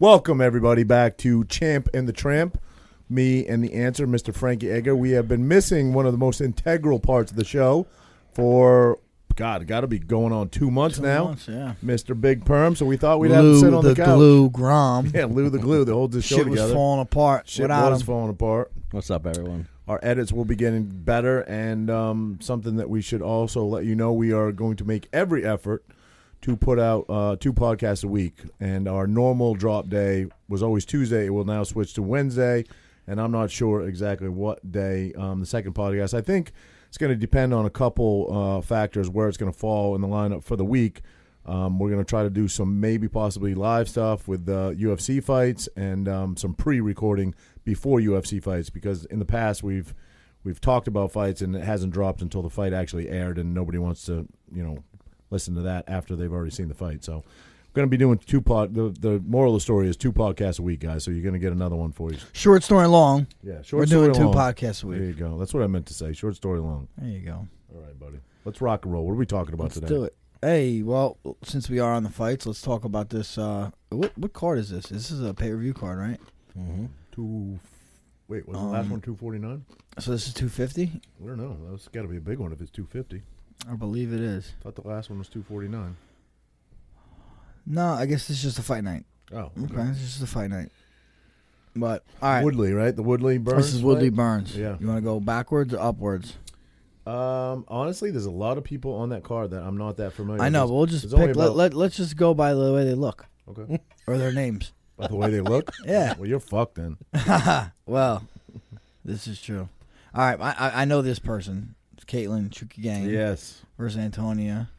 Welcome everybody back to Champ and the Tramp. Me and the answer, Mr. Frankie Egger. We have been missing one of the most integral parts of the show for God, got to be going on two months now. months, yeah. Mr. Big Perm. So we thought we'd have him Lou sit on the, the, couch. glue Grom. Yeah, Lou the glue that holds the show Shit was together. falling apart Shit without was him. falling apart. What's up, everyone? Our edits will be getting better, and um, something that we should also let you know: we are going to make every effort to put out uh, two podcasts a week. And our normal drop day was always Tuesday. It will now switch to Wednesday, and I'm not sure exactly what day um, the second podcast. I think it's going to depend on a couple uh, factors where it's going to fall in the lineup for the week. Um, we're going to try to do some maybe possibly live stuff with uh, UFC fights and um, some pre-recording before UFC fights because in the past we've we've talked about fights and it hasn't dropped until the fight actually aired and nobody wants to you know listen to that after they've already seen the fight. So we're going to be doing two pod. The, the moral of the story is two podcasts a week, guys. So you're going to get another one for you. Short story long. Yeah, short We're doing story two long. podcasts a week. There you go. That's what I meant to say. Short story long. There you go. All right, buddy. Let's rock and roll. What are we talking about Let's today? do it. Hey, well, since we are on the fights, let's talk about this. Uh, what what card is this? This is a pay per view card, right? Two. Wait, was the Um, last one two forty nine? So this is two fifty. I don't know. That's got to be a big one if it's two fifty. I believe it is. Thought the last one was two forty nine. No, I guess this is just a fight night. Oh, Okay, this is just a fight night. But Mm-hmm. all right, Woodley, right? The Woodley Burns. this is Woodley fight? Burns. Yeah. you want to go backwards or upwards? Um, honestly, there's a lot of people on that card that I'm not that familiar. I know, with. but we'll just There's only pick. about- let, let us just go by the way they look okay. or their names. By the way they look. Yeah. Well, you're fucked then. Well, this is true. All right, I I, I know this person. It's Caitlin Chukagang yes. versus Antonia,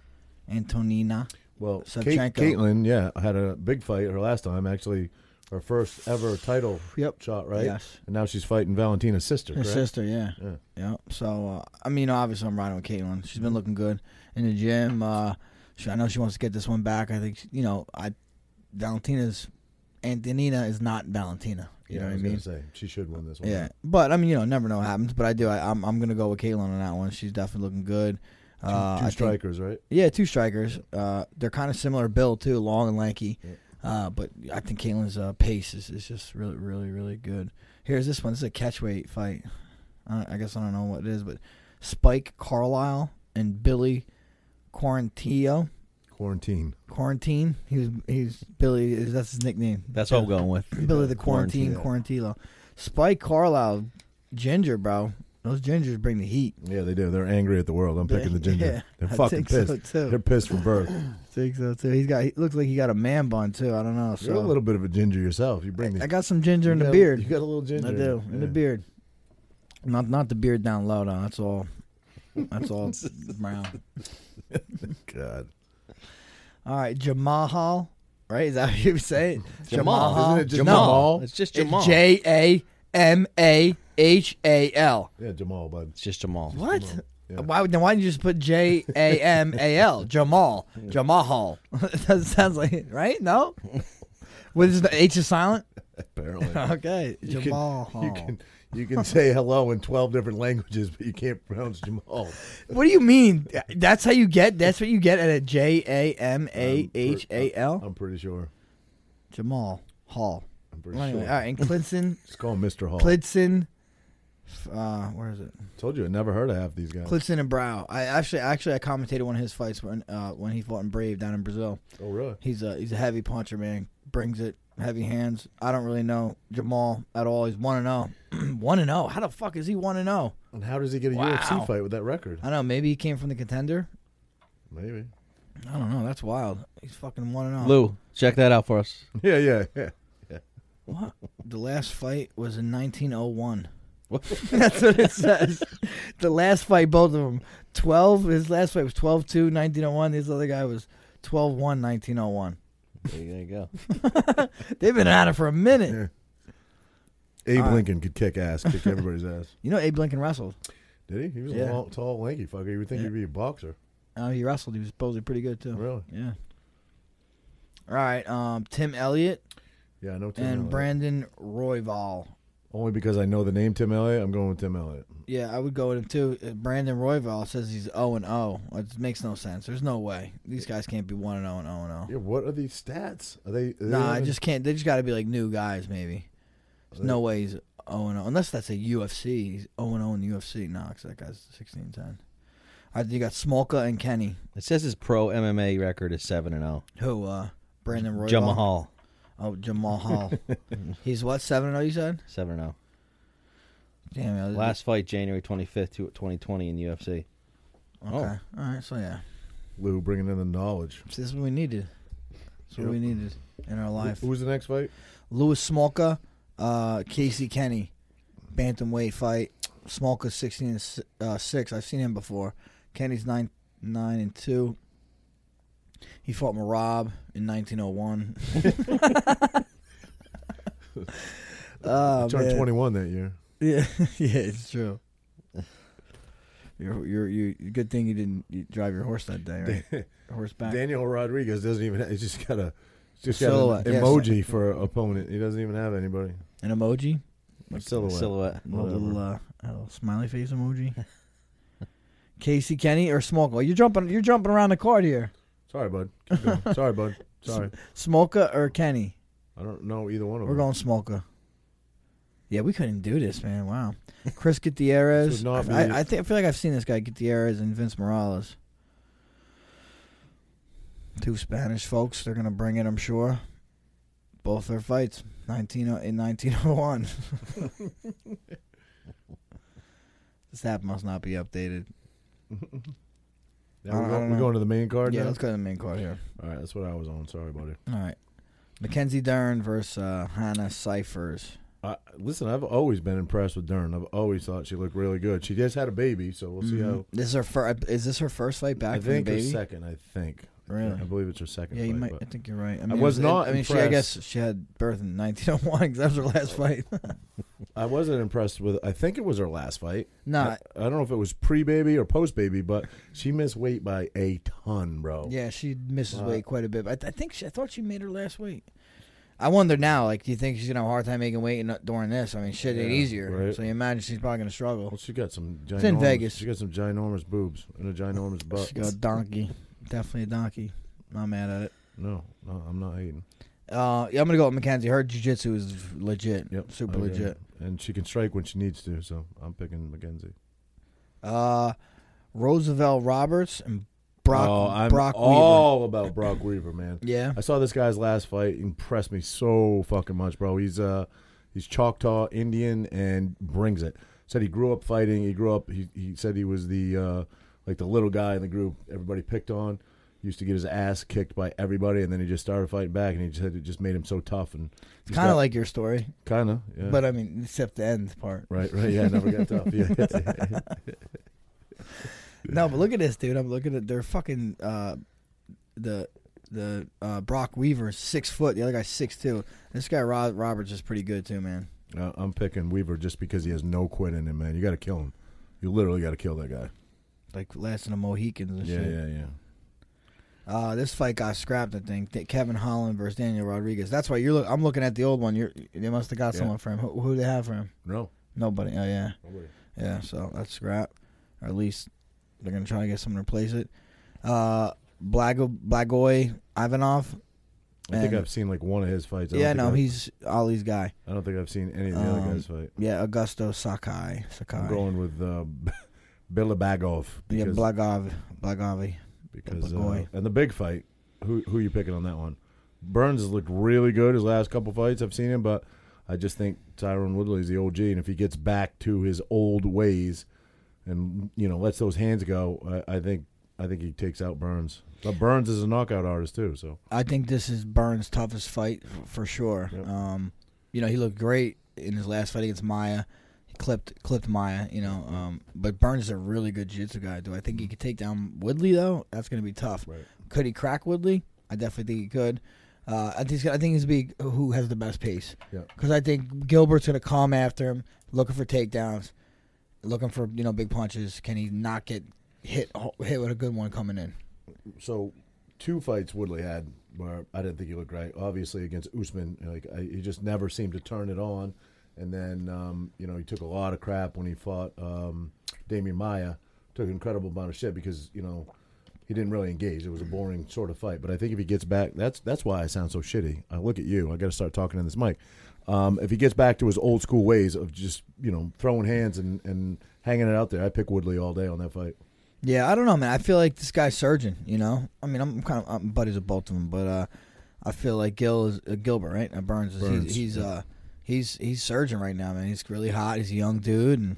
Antonina. Well, Kate, Savchenko. Caitlin, yeah, had a big fight her last time. Actually, her first ever title Yep. shot, right? Yes. And now she's fighting Valentina's sister. Her correct? sister, yeah. Yeah. Mm-hmm. Yeah. So, uh, I mean, obviously, I'm riding with Caitlin. She's been looking good in the gym. Uh, she, I know she wants to get this one back. I think, she- you know, I Valentina's, Antonina is not Valentina. You yeah, know I what I was mean? gonna say she should win this one. Yeah. But, I mean, you know, never know what happens. But I do. I, I'm, I'm going to go with Caitlin on that one. She's definitely looking good. Two, Uh, two I think- strikers, right? yeah, two strikers. Uh, they're kind of similar build, too, long and lanky. Yeah. Uh, but I think Caitlin's uh, pace is, is just really, really, really good. Here's this one. This is a catchweight fight. I, don't- I guess I don't know what it is, but Spike Carlisle and Billy Quarantillo. Quarantine. Quarantine. He was. He's Billy. is That's his nickname. That's what I'm going with. Billy the Quarantine Quarantillo. Spike Carlisle, Ginger, bro. Those gingers bring the heat. Yeah, they do. They're angry at the world. I'm picking the ginger. Yeah, They're I fucking think so, pissed. too. They're pissed from birth. Think so too. oh He's got. He looks like he got a man bun too. I don't know. So You're a little bit of a ginger yourself. You bring the I got some ginger in you the got- beard. You got a little ginger. I in do you. in the Yeah. beard. Not not the beard down low though. That's all. That's all brown. God. All right, Jamahal. Right? Is that how you say it? Jamal. Isn't it just no. Jamal? It's just Jamal. It's J A M A H A L. Yeah, Jamal, bud. It's just Jamal. What? Yeah. Why would then? Why did you just put J A M A L Jamal Jamahal? that sounds like it, right? No. What is the H is silent? Apparently. Okay, You can- Jamal. You can you can say hello in twelve different languages, but you can't pronounce Jamal. What do you mean? That's how you get. That's what you get at a J A M A H A L. I'm pretty sure. Jamal Hall. I'm pretty Well, anyway, sure. all right, and Clinton, Just call him Mr. Hall. Clinton, uh, where is it? Told you, I never heard of half these guys. Clinton and Brow. I actually, actually, I commentated one of his fights when, uh, when he fought in Brave down in Brazil. oh, really? He's a he's a heavy puncher, man. Brings it, heavy hands. I don't really know Jamal at all. He's one and zero, one and zero. How the fuck is he one and zero? And how does he get a Wow. UFC fight with that record? I don't know. Maybe he came from the contender. Maybe. I don't know. That's wild. He's fucking one and oh. zero. Lou, check that out for us. Yeah, yeah, yeah. What? The last fight was in 1901. What? That's what it says. the last fight, both of them. oh 12, his last fight was 12 2, 1901. This other guy was 12 1, 1901. There you go. They've been at it for a minute. Yeah. Abe All right. Lincoln could kick ass, kick everybody's ass. You know, Abe Lincoln wrestled. Did he? He was a Yeah. long, tall, lanky fucker. You would think Yeah. he'd be a boxer. Oh, he wrestled. He was supposedly pretty good too. Really? Yeah. All right. Um, Tim Elliott Yeah, I know Tim and Elliott. Brandon Royval. Only because I know the name Tim Elliott, I'm going with Tim Elliott. Yeah, I would go with him too. Uh, Brandon Royval says he's zero and zero. It makes no sense. There's no way these guys can't be one and zero and zero and oh. zero. Yeah, what are these stats? Are they? Are they Nah, I even- just can't. They just got to be like new guys, maybe. There's no way he's 0 and 0. Unless that's a UFC. He's 0 and 0 in the UFC. Nah, 'cause that guy's 16 10. All right, you got Smolka and Kenny, It says his pro MMA record is seven and oh. zero. who, uh, Brandon Roy. Jamahal Oh, Jamal Hall. he's what, 7 0, you said? seven and zero. Damn, yeah, Last fight January twenty fifth, twenty twenty in UFC. Okay. All right, so yeah. Lou bringing in the knowledge. So this is what we needed. This is what we needed in our life. Who was the next fight? Lewis Smolka, uh, Casey Kenny, bantamweight fight. Smolka sixteen and s- uh, six. I've seen him before. Kenny's nine nine and two. He fought Marab in nineteen oh one. Oh Turned man. 21 that year. Yeah, yeah, it's true. You're, you're, you Good thing you didn't you drive your horse that day, right? Horseback. Daniel Rodriguez doesn't even. He's just got a. Just got Silhouette, an yes. emoji for opponent. He doesn't even have anybody. An emoji. silhouette. Silhouette. A little, Whatever. uh, a little smiley face emoji. Casey Kenny or Smolka? You're jumping. You're jumping around the card here. Sorry, bud. Keep going. Sorry, bud. Sorry. Smolka or Kenny? I don't know either one of We're them. going Smolka. Yeah, we couldn't do this, man. Wow. Chris This Gutierrez. would not I, be- I, think I feel like I've seen this guy Gutierrez and Vince Morales. Two Spanish folks. They're gonna bring it, I'm sure. Both their fights, nineteen oh- in nineteen oh one. This app must not be updated. Now I we're, going, don't know. we're going to the main card. Yeah, now? let's go to the main card here. All right, that's what I was on. Sorry, buddy. All right. Mackenzie Dern versus uh, Hannah Cyphers. I, listen, I've always been impressed with Dern. I've always thought she looked really good. She just had a baby, so we'll see how. Mm-hmm. This is her first. Is this her first fight back I from the think her baby? second. I think. Really? I believe it's her second. yeah, you fight, might. but- I think you're right. I, mean, was it it- not I mean, she. I impressed. Oh. guess she had birth in 1901 because that was her last fight. I wasn't impressed with. I think it was her last fight. Nah. I, I don't know if it was pre-baby or post-baby, but she missed weight by a ton, bro. yeah, she misses Wow. weight quite a bit. But I, th- I think she, I thought she made her last weight. I wonder now. Like, do you think she's gonna have a hard time making weight in, during this? I mean, shit ain't Yeah, easier. right. So you imagine she's probably gonna struggle. Well, she got some. Ginormous, in Vegas. She got some ginormous boobs and a ginormous butt. She got a donkey. Definitely a donkey. Not mad at it. no, no, I'm not hating. Uh, yeah, I'm gonna go with Mackenzie. Her jujitsu is legit. Yep, Super I agree. legit. And she can strike when she needs to. So I'm picking McKenzie. Uh, Roosevelt Roberts and Brock oh, I'm Brock Weaver. all about Brock Weaver, man. Yeah. I saw this guy's last fight. Impressed me so fucking much, bro. He's uh, he's Choctaw Indian and brings it. Said he grew up fighting. He grew up. He, he said he was the uh, like the little guy in the group. Everybody picked on. He used to get his ass kicked by everybody, and then he just started fighting back. And he just said it just made him so tough and It's kind of like your story, kind of yeah. but I mean, except the end part. right, right, yeah, never got tough. Yeah, No, but look at this, dude. I'm looking at their fucking uh, the the uh, Brock Weaver is six foot. The other guy's six two. This guy Ro- Roberts is pretty good too, man. Uh, I'm picking Weaver just because he has no quit in him, man. You got to kill him. You literally got to kill that guy. Like last of the Mohicans and Yeah, shit. yeah, yeah. Uh, this fight got scrapped, I think. Th- Kevin Holland versus Daniel Rodriguez. That's why you're. Look- I'm looking at the old one. You're. They must have got Yeah. someone for him. Who, who they have for him? No. Nobody. Oh yeah. Yeah, so that's scrap. Or at least they're gonna try to get someone to replace it. Uh Blago Blagoy Ivanov. I think And- I've seen like one of his fights. I don't yeah, think no, I've- he's Ali's guy. I don't think I've seen any of the other Um, guys fight. Yeah, Augusto Sakai. I'm Sakai. going with uh, Bela Bagov Yeah, because, Blagov Blagovi. because uh, Blagoy. and the big fight. Who who you picking on that one? Burns has looked really good his last couple fights I've seen him, but I just think Tyron Woodley's the OG, and if he gets back to his old ways and you know lets those hands go, I, I think I think he takes out Burns. But Burns is a knockout artist too, so I think this is Burns' toughest fight f- for sure. Yep. Um, you know, he looked great in his last fight against Maya. He clipped clipped Maya, you know. Um, but Burns is a really good jiu-jitsu guy. Do I think he could take down Woodley though? That's going to be tough. Right. Could he crack Woodley? I definitely think he could. Uh, I think he's gonna, I think he's gonna be who has the best pace. Yeah. Because I think Gilbert's gonna come after him, looking for takedowns, looking for you know big punches. Can he not get hit hit with a good one coming in? so two fights Woodley had where I didn't think he looked great. Obviously against Usman, like I, he just never seemed to turn it on. And then um, you know he took a lot of crap when he fought um, Damian Maya. Took an incredible amount of shit because you know he didn't really engage. It was a boring sort of fight. But I think if he gets back, that's that's why I sound so shitty. I look at you. I got to start talking in this mic. Um, if he gets back to his old school ways of just you know throwing hands and, and hanging it out there, I pick Woodley all day on that fight. Yeah, I don't know, man. I feel like this guy's surgeon. You know, I mean, I'm kind of I'm buddies with both of them, but uh, I feel like Gil is uh, Gilbert, right? Uh, Burns is Burns, he's he's, yeah. uh, he's he's surgeon right now, man. He's really hot. He's a young dude, and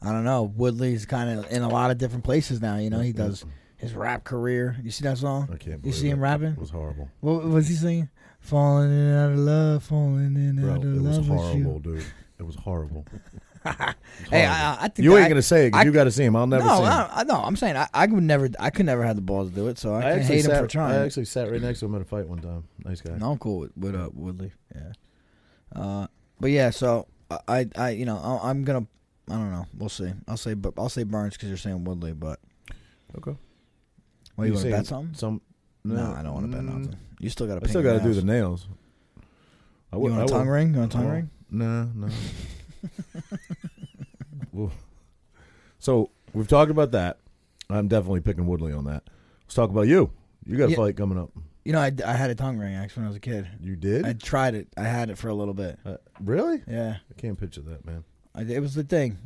I don't know. Woodley's kind of in a lot of different places now. You know, he does his rap career. You see that song? I can't. You believe see him it. rapping? It was horrible. What was he singing? Falling in out of love, falling in Bro, out of it was love with horrible, you. dude. It was horrible. Hey, I, I- I think you that ain't I- gonna say it 'cause I- you got to see him. I'll never no, see him. I, I, no, I'm saying I, I would never, I could never have the balls to do it, so I, can't actually hate sat, him for trying. I actually sat right next to him at a fight one time. Nice guy. No, I'm cool with, with uh, Woodley. Yeah. Uh, but yeah, so I, I, I you know, I, I'm gonna, I don't know. We'll see. I'll say, but I'll say Burns because you're saying Woodley. But Okay. what you, want to saying bet something? Some. No, I don't want to bet Mm, nothing. You still got to. I still got to do the nails. I You would- want a I tongue would- ring? You want a tongue Oh, ring? No, no. Woo. so we've talked about that. I'm definitely picking Woodley on that. Let's talk about you. You got a Yeah. fight coming up. You know, I, I had a tongue ring actually when I was a kid. You did? I tried it. I had it for a little bit. uh, really? Yeah, I can't picture that, man. I, it was the thing.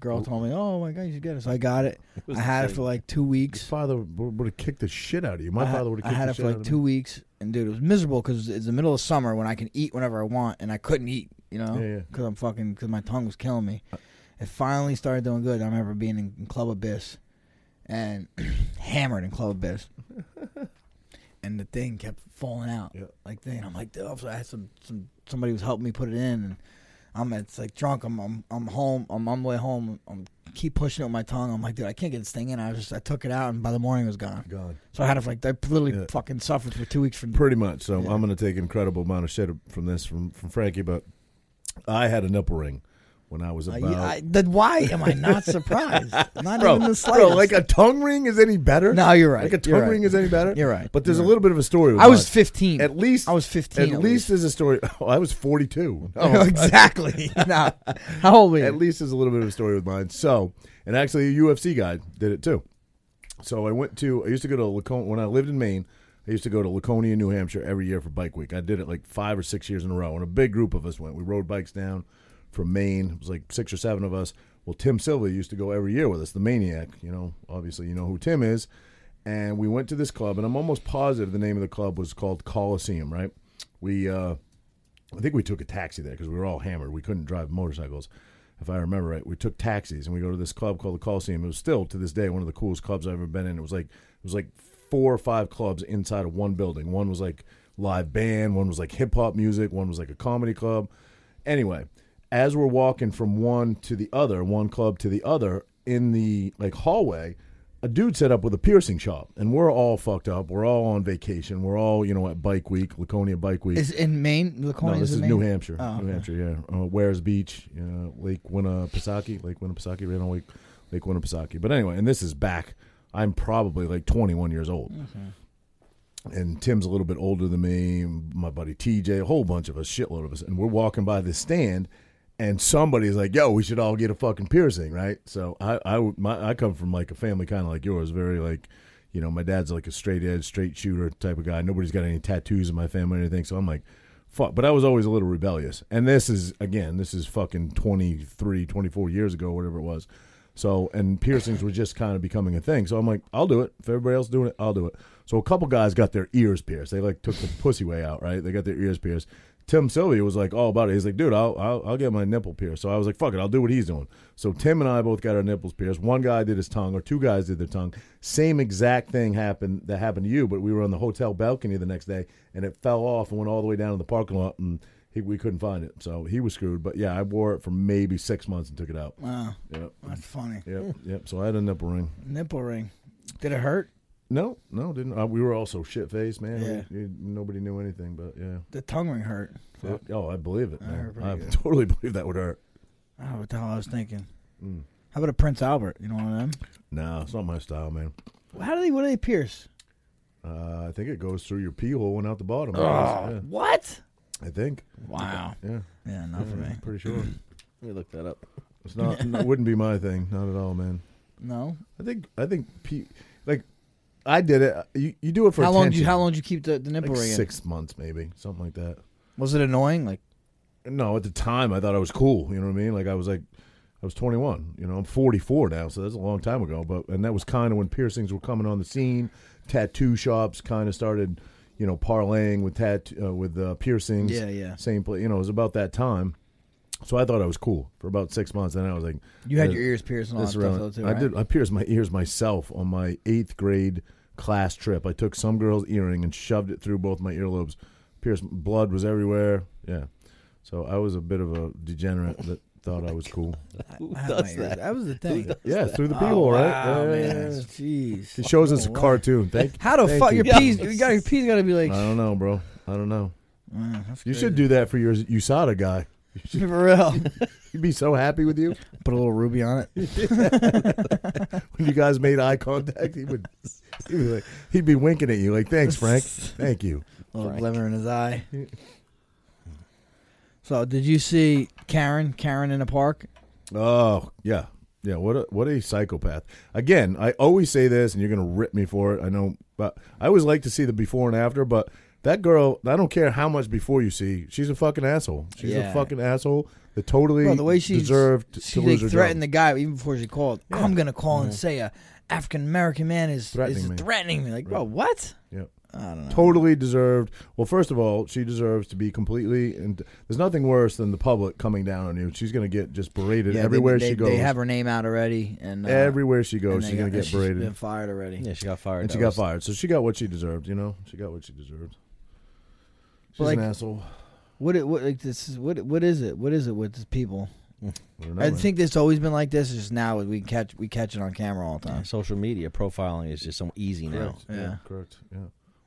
Girl told me, "Oh my god, you should get it." So I got it. was I the had it thing. for like two Your weeks. father would have kicked the shit out of you. My I had- father would have I kicked had the it for shit out like of two me. weeks, and dude, it was miserable because it's the middle of summer when I can eat whenever I want, and I couldn't eat, you know, Yeah, Uh, yeah. because I'm fucking because my tongue was killing me. It finally started doing good. I remember being in, in Club Abyss, and hammered in Club Abyss, and the thing kept falling out Yeah. like thing. I'm like, dude, so I had some some somebody was helping me put it in, and I'm it's like drunk. I'm I'm, I'm home. I'm on my way home. I'm keep pushing it with my tongue. I'm like, dude, I can't get this thing in. I was just I took it out, and by the morning it was gone. Gone. So I had to like I literally Yeah. fucking suffered for two weeks from. Pretty much. So Yeah. I'm going to take incredible amount of shit from this from from Frankie, but I had a nipple ring when I was Uh, about. yeah, I, then why am I not surprised? Not bro, even the bro, slightest. like a tongue ring is any better? no, you're right. Like a tongue You're right. ring is any better? You're right. But there's You're a right. little bit of a story. With I was mine. 15. At least I was 15. At, least there's a story. Oh, I was 42. Oh, exactly. no. How old were you? At least there's a little bit of a story with mine. So, and actually, a UFC guy did it too. So I went to. I used to go to Laconia when I lived in Maine. I used to go to Laconia, New Hampshire, every year for Bike Week. I did it like five or six years in a row, and a big group of us went. We rode bikes down from Maine. It was like six or seven of us. Well, Tim Silva used to go every year with us, the maniac. You know, obviously, you know who Tim is. And we went to this club, and I'm almost positive the name of the club was called Coliseum. Right? We uh, I think we took a taxi there because we were all hammered. We couldn't drive motorcycles, if I remember right. We took taxis and we go to this club called the Coliseum. It was still to this day one of the coolest clubs I've ever been in. It was like it was like four or five clubs inside of one building. One was like live band, one was like hip hop music, one was like a comedy club. Anyway, as we're walking from one to the other, one club to the other in the like hallway, a dude set up with a piercing shop, and we're all fucked up. We're all on vacation. We're all you know at Bike Week, Laconia Bike Week. is in Maine. Laconia No, this in is Maine? New Hampshire. Oh, New okay. Hampshire, yeah. Uh, Wares Beach, uh, Lake Winnipesaukee, Lake Winnipesaukee, right on Lake, Lake Winnipesaukee. But anyway, and this is back. I'm probably like 21 years old. And Tim's a little bit older than me. My buddy TJ, a whole bunch of us, shitload of us, and we're walking by this stand, and somebody's like, "Yo, we should all get a fucking piercing, right?" So I, I, would- my, I come from like a family kind of like yours, very like you know, my dad's like a straight edge, straight shooter type of guy. Nobody's got any tattoos in my family or anything. So I'm like, fuck. But I was always a little rebellious. And this is, again, this is fucking 23, 24 years ago, whatever it was. So, and piercings were just kind of becoming a thing. So I'm like, I'll do it. If everybody else is doing it, I'll do it. So a couple guys got their ears pierced. They like took the pussy way out, right? They got their ears pierced. Tim Sylvia was like all about it. He's like, dude, I'll, I'll I'll get my nipple pierced. So I was like, fuck it, I'll do what he's doing. So Tim and I both got our nipples pierced. One guy did his tongue, or two guys did their tongue. Same exact thing happened that happened to you, but we were on the hotel balcony the next day, and it fell off and went all the way down to the parking lot, and he, we couldn't find it. So he was screwed. But yeah, I wore it for maybe six months and took it out. Wow, Yep, Ah. that's funny. yep, yep. So I had a nipple ring. Nipple ring. Did it hurt? No, no, didn't. Uh, we were also shit faced, man. Yeah. We- we- nobody knew anything, but yeah. The tongue ring hurt. Fuck. Fuck. Oh, I believe it, That man. hurt pretty I good. totally believe that would hurt. I don't know what the hell I was thinking. Mm. How about a Prince Albert? You know what I mean? Nah, it's not my style, man. How do they? What do they pierce? Uh, I think it goes through your pee hole and out the bottom. Ah. Yeah, What? I think. Wow. Oh, Yeah, Yeah, not for Yeah, me. I'm pretty sure. Let me look that up. It's not. it wouldn't be my thing. Not at all, man. No. I think. I think. Pee, like, I did it. You, you do it for how long? Did Attention. you, how long did you keep the, the nipple Like ring? in? six months, maybe something like that. Was it annoying? Like No, at the time I thought I was cool. You know what I mean? Like I was like, I was 21. You know, I'm 44 now, so that's a long time ago. But and that was kind of when piercings were coming on the scene. Tattoo shops kind of started, you know, parlaying with tattoo uh, with uh, piercings. Yeah, yeah. Same place. You know, it was about that time. So I thought I was cool for about six months, and then I was like, uh, you had "This- your ears pierced and all that this stuff around- though too. I right? did. I pierced my ears myself on my eighth grade class trip. I took some girl's earring and shoved it through both my earlobes. Pierced blood was everywhere. Yeah, so I was a bit of a degenerate that thought I was cool. Who I had my does ears- that? That was the thing. Yeah, through the Oh, people, right? wow, Yeah, yeah, man. yeah. Jeez. He shows us a Wow. cartoon. Thank. How the Thank fuck you. your Yeah. peas? You got your peas. Got to be like. I don't know, bro. I don't know. "Wow, that's You crazy." should do that for your USADA guy. for real. He'd be so happy with you Put a little ruby on it. when you guys made eye contact. He would. He'd be, like, he'd be winking at you like, "Thanks, Frank. Thank you." A little Frank. glimmer in his eye. So, did you see Karen? Karen in the park? Oh yeah, yeah. What a what a psychopath. Again, I always say this, and you're gonna rip me for it. I know, but I always like to see the before and after. But that girl, I don't care how much before you see, she's a fucking asshole. She's Yeah. a fucking asshole. That totally Bro, the way she deserved she to like lose her threatened job. the guy even before she called. Yeah. I'm gonna call and say a African American man is Threatening is me. threatening me. Like, bro, what? Yeah. I don't know. Totally deserved. Well, first of all, she deserves to be completely. And there's nothing worse than the public coming down on you. She's gonna get just berated Yeah, they- everywhere they, she goes. They have her name out already, and uh, everywhere she and goes, they she's gonna got- get she's berated. Been fired already. Yeah, she got fired. and she That got was- fired. So she got what she deserved, you know. She got what she deserved. She's But, like, an asshole. What? It, what? Like this? Is, what? What is it? What is it with these people? I, don't know, I man. think it's always been like this. It's just now we catch we catch it on camera all the Yeah, time. Uh, social media profiling is just so easy now. correct. now. Yeah. correct. Yeah,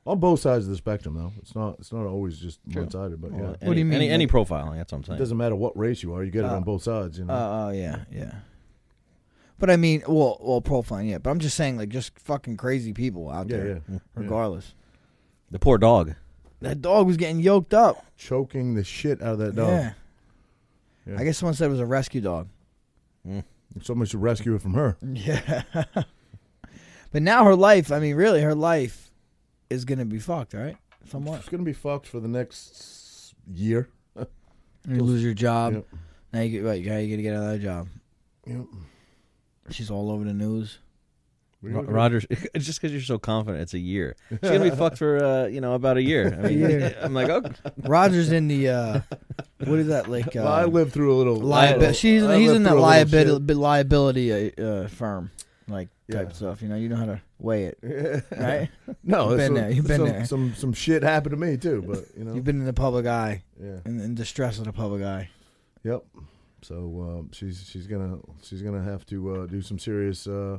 on both sides of the spectrum, though. It's not. It's not always just True. one sided, but Well, yeah. any, What do you mean? Any, any profiling? That's what I'm It saying. doesn't matter what race you are, you get it Uh, on both sides, you know. Oh, oh, yeah, yeah. But I mean, well, well, profiling, yeah. But I'm just saying, like, just fucking crazy people out yeah, there, yeah. regardless. The poor dog. That dog was getting yoked up. Choking the shit out of that dog. Yeah. Yeah. I guess someone said it was a rescue dog. Someone should rescue it from her. Yeah. but now her life, I mean, really, her life is gonna be fucked, right? Somewhat. It's gonna be fucked for the next year. You lose your job. Yep. Now you get right. Now you gotta get another job. Yep. She's all over the news. We Ro- gotta- Rogers, just because you're so confident, it's a year. She's gonna be fucked for uh, you know about a year. I mean, I'm like, oh, Roger's in the uh, what is that like? Uh, Well, I lived through a little. liability. She's I he's lived in through that a little shit. liability liability uh, uh, firm like Yeah. type stuff. You know, you know how to weigh it, right? No, You've it's been some- there, you've been some, there. Some some shit happened to me too, but you know, You've been in the public eye, yeah, in, in distress of the public eye. yep. So um, she's she's gonna she's gonna have to uh, do some serious uh,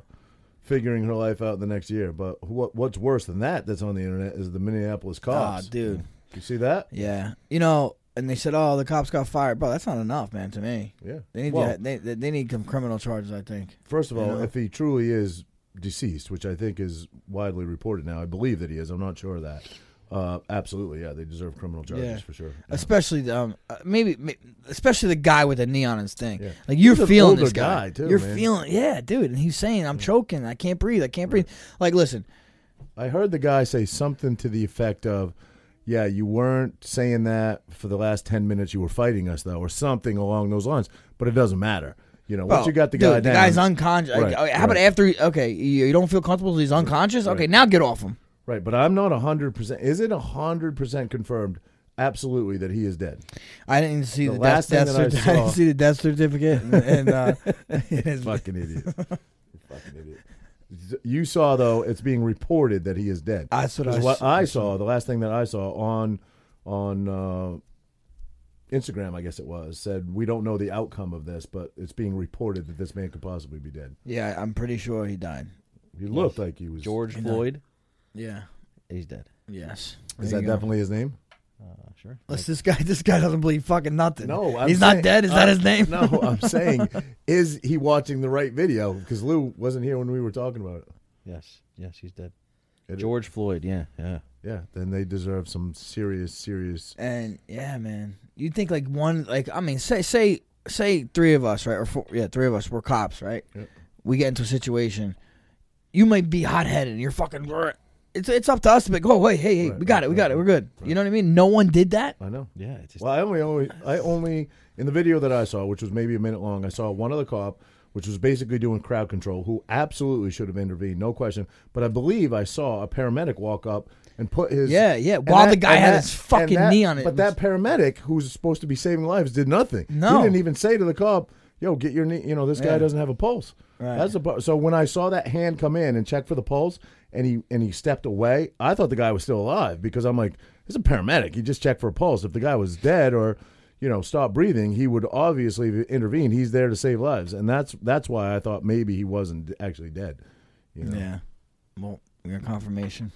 figuring her life out the next year. But what what's worse than that? That's on the internet is the Minneapolis Ah, cops. dude, you see that? yeah, you know. And they said, "Oh, the cops got fired, bro. That's not enough, man. To me, Yeah. they need Well- to, they they they need some criminal charges. I think. First of You all, know? if he truly is deceased, which I think is widely reported now, I believe that he is. I'm not sure of that. Uh, absolutely, yeah, they deserve criminal charges Yeah. for sure. Yeah. Especially the um, uh, maybe, may- especially the guy with the neon on his thing. Yeah. Like you're He's an feeling older this guy, guy. too, you're man. feeling, yeah, dude. And he's saying, "I'm choking. I can't breathe. I can't breathe." Like, listen, I heard the guy say something to the effect of, "Yeah, you weren't saying that for the last ten minutes. You were fighting us, though, or something along those lines." But it doesn't matter, you know. Well, once you got the dude, guy the down, guy's unconscious. Right, Like, oh, how about right. after? He, okay, you, you don't feel comfortable. He's unconscious. Okay, now get off him. right? But I'm not hundred percent. Is it hundred percent confirmed? Absolutely, that he is dead. I didn't see the, The death, last thing death that I certi- I didn't saw- see the death certificate. And, and, uh, his- Fucking idiot. Fucking idiot. You saw though; it's being reported that he is dead. That's what I Because what s- I saw. The last thing that I saw on on uh, Instagram, I guess it was, said we don't know the outcome of this, but it's being reported that this man could possibly be dead. yeah, I'm pretty sure he died. He looked like he was George Floyd. Yeah. He's dead. Yes. Is There that you go. definitely his name? Uh, sure. Let's, this guy. This guy doesn't believe fucking nothing. No, I'm he's saying- not dead. Is that uh, his name? No, I'm saying, is he watching the right video? Because Lou wasn't here when we were talking about it. yes. Yes, he's dead. It- George Floyd. Yeah. Yeah. Yeah, then they deserve some serious, serious. And yeah, man, you'd think like one, like I mean, say say say three of us, right, or four, yeah, three of us, we're cops, right? Yep. We get into a situation. You might be hot headed. and You're fucking. It's it's up to us to be like, oh wait, hey, hey, Right, we got right, it, we got right, it, we're good. You know what I mean? No one did that. I know. Yeah. It's just, Well, I only, only, I only, in the video that I saw, which was maybe a minute long, I saw one other cop, which was basically doing crowd control, who absolutely should have intervened, no question. But I believe I saw a paramedic walk up and put his Yeah, yeah, and while the guy and had his fucking and that- knee on it. But that paramedic, who's supposed to be saving lives, did nothing. No. he didn't even say to the cop, "Yo, get your knee." You know, this guy Yeah. doesn't have a pulse. Right. That's the part. So when I saw that hand come in and check for the pulse, and he and he stepped away, I thought the guy was still alive because I'm like, "This is a paramedic. He just checked for a pulse. If the guy was dead or, you know, stopped breathing, he would obviously intervene. He's there to save lives, and that's that's why I thought maybe he wasn't actually dead. You know, Yeah. Well, we got confirmation.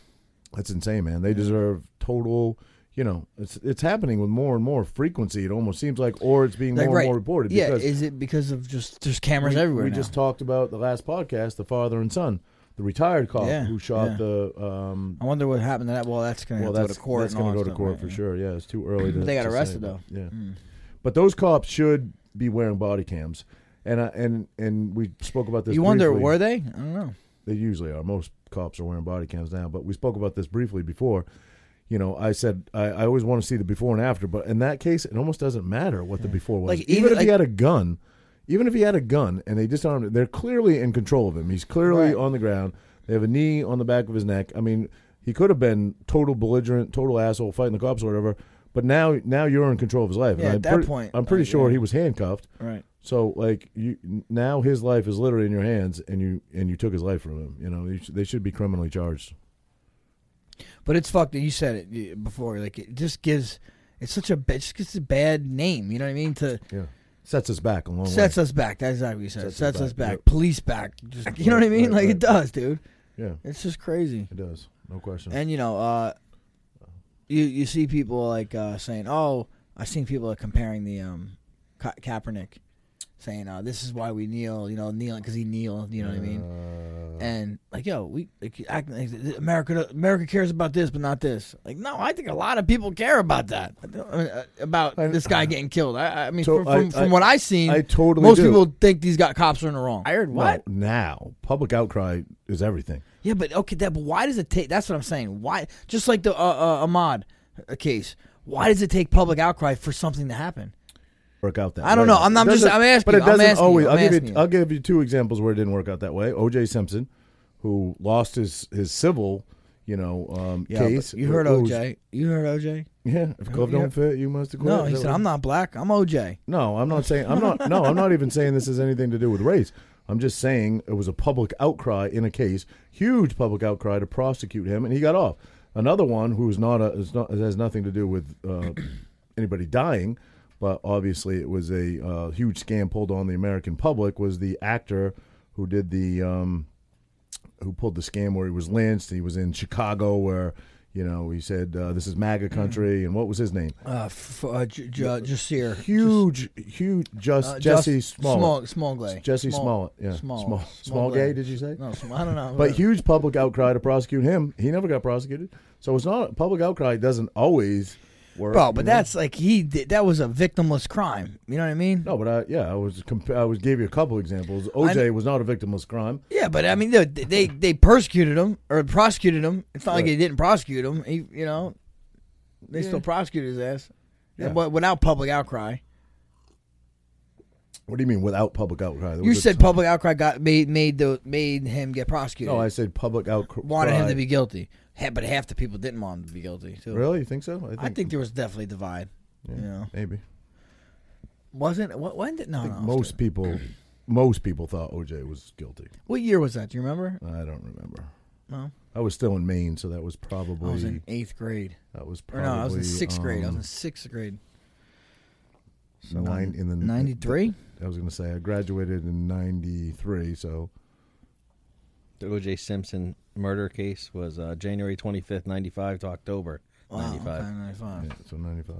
that's insane, man. They deserve total. You know, it's it's happening with more and more frequency. It almost seems like, or it's being Like, more right. and more reported. Yeah. because Is it because of just there's cameras we, everywhere? we now. just talked about the last podcast, the father and son, the retired cop Yeah, who shot yeah. the. Um, I wonder what happened to that. Well, that's gonna well, have to that's go to court. that's and all going to that go to stuff, court right? for Yeah. sure. Yeah, it's too early. To, But they got to say, arrested, but- though. Hmm. Yeah, but those cops should be wearing body cams, and I, and and we spoke about this. You wonder briefly. were they? I don't know. They usually are. Most cops are wearing body cams now, but we spoke about this briefly before. You know, I said I, I always want to see the before and after, but in that case, it almost doesn't matter what the before was. Like, even, if even- he like- had a gun, even if he had a gun and they disarmed him, they're clearly in control of him. He's clearly Right. on the ground. They have a knee on the back of his neck. I mean, he could have been total belligerent, total asshole, fighting the cops or whatever. But now, now you're in control of his life. Yeah, And at I'm that pretty- point, I'm pretty like, sure yeah. he was handcuffed. Right. So like you now his life is literally in your hands, and you and you took his life from him. You know they, sh- they should be criminally charged. But it's fucked. You said it you- before. Like it just gives. It's such a bad. Just gets a bad name. You know what I mean? To Yeah, sets us back a long sets us back. That's exactly what you said. Sets us Sets, us back, back. yep. Police back. Just, you know what I Right, mean? like right. it does, dude. way. Yeah, It's just crazy. it does. No question. And you know, uh, you you see people like uh, saying, "Oh, I've seen people like, comparing the um, Ka- Kaepernick." Saying, uh, this is why we kneel, you know, kneeling because he kneeled, you know what I mean? Uh, and like yo we like, acting like th- america america cares about this but not this like no i think a lot of people care about that I don't- I mean, uh, about I- this guy getting killed i, I mean So from, from, I- from I- what i've seen I totally most do. people think these got cops are in the wrong i heard No, now public outcry is everything. yeah but okay that but why does it take that's what i'm saying why just like the uh, uh, ahmad uh, case why does it take public outcry for something to happen Work out that. I don't way. know. I'm- I'm It just- doesn't- I'm asking But it you. I'm doesn't asking you. always. I'm will give asking you. you. I'll give you two examples where it didn't work out that way. O.J. Simpson, who lost his his civil, you know, um, yeah, case. but you heard who- who's- oj you heard oj Yeah, if glove Yeah. don't fit, you must have quit. no Is he that said what- i'm not black i'm oj No, I'm not saying I'm not. No, I'm not even saying this has anything to do with race. I'm just saying it was a public outcry in a case, huge public outcry to prosecute him, and he got off. Another one who's not a is not has nothing to do with uh, anybody dying, but obviously it was a uh, huge scam pulled on the American public. Was the actor who did the um, who pulled the scam where he was lynched? He was in Chicago where. You know, he said uh, this is MAGA country, and what was his name? uh, f- uh j- j- just here huge, huge. Just Uh, Jesse Just- Smollett. Small, Smollett. Jesse Small- Smollett. Yeah. Small, Small, small, Smollett. gay. Did you say? No, Sm- I don't know. But huge public outcry to prosecute him. He never got prosecuted. So it's not public outcry doesn't always work. bro, you but know? that's like he did, that was a victimless crime. You know what I mean? no. But I yeah, I was comp- I was gave you a couple examples. OJ was not a victimless crime. Yeah, but I mean they they, they persecuted him or prosecuted him. It's not like Right. they didn't prosecute him. He, you know, they still prosecuted his ass. Yeah. But without public outcry, What do you mean without public outcry? There you was a said ton- public outcry got made made the made him get prosecuted. No, I said public outcry. wanted him to be guilty, Ha- but half the people didn't want him to be guilty. Too. Really, you think so? I think, I think there was definitely a divide. You know, maybe. wasn't what when did no, I think no, most people, most people thought OJ was guilty. What year was that? Do you remember? I don't remember. No. I was still in Maine, so that was probably I was in eighth grade. that was Or probably no, I was in sixth grade. I was um, in sixth grade. nine in the Ninety three? I was going to say I graduated in '93, so the O.J. Simpson murder case was uh, January 25th, 95 to October Wow, 95. okay, 95. Yeah, so 95.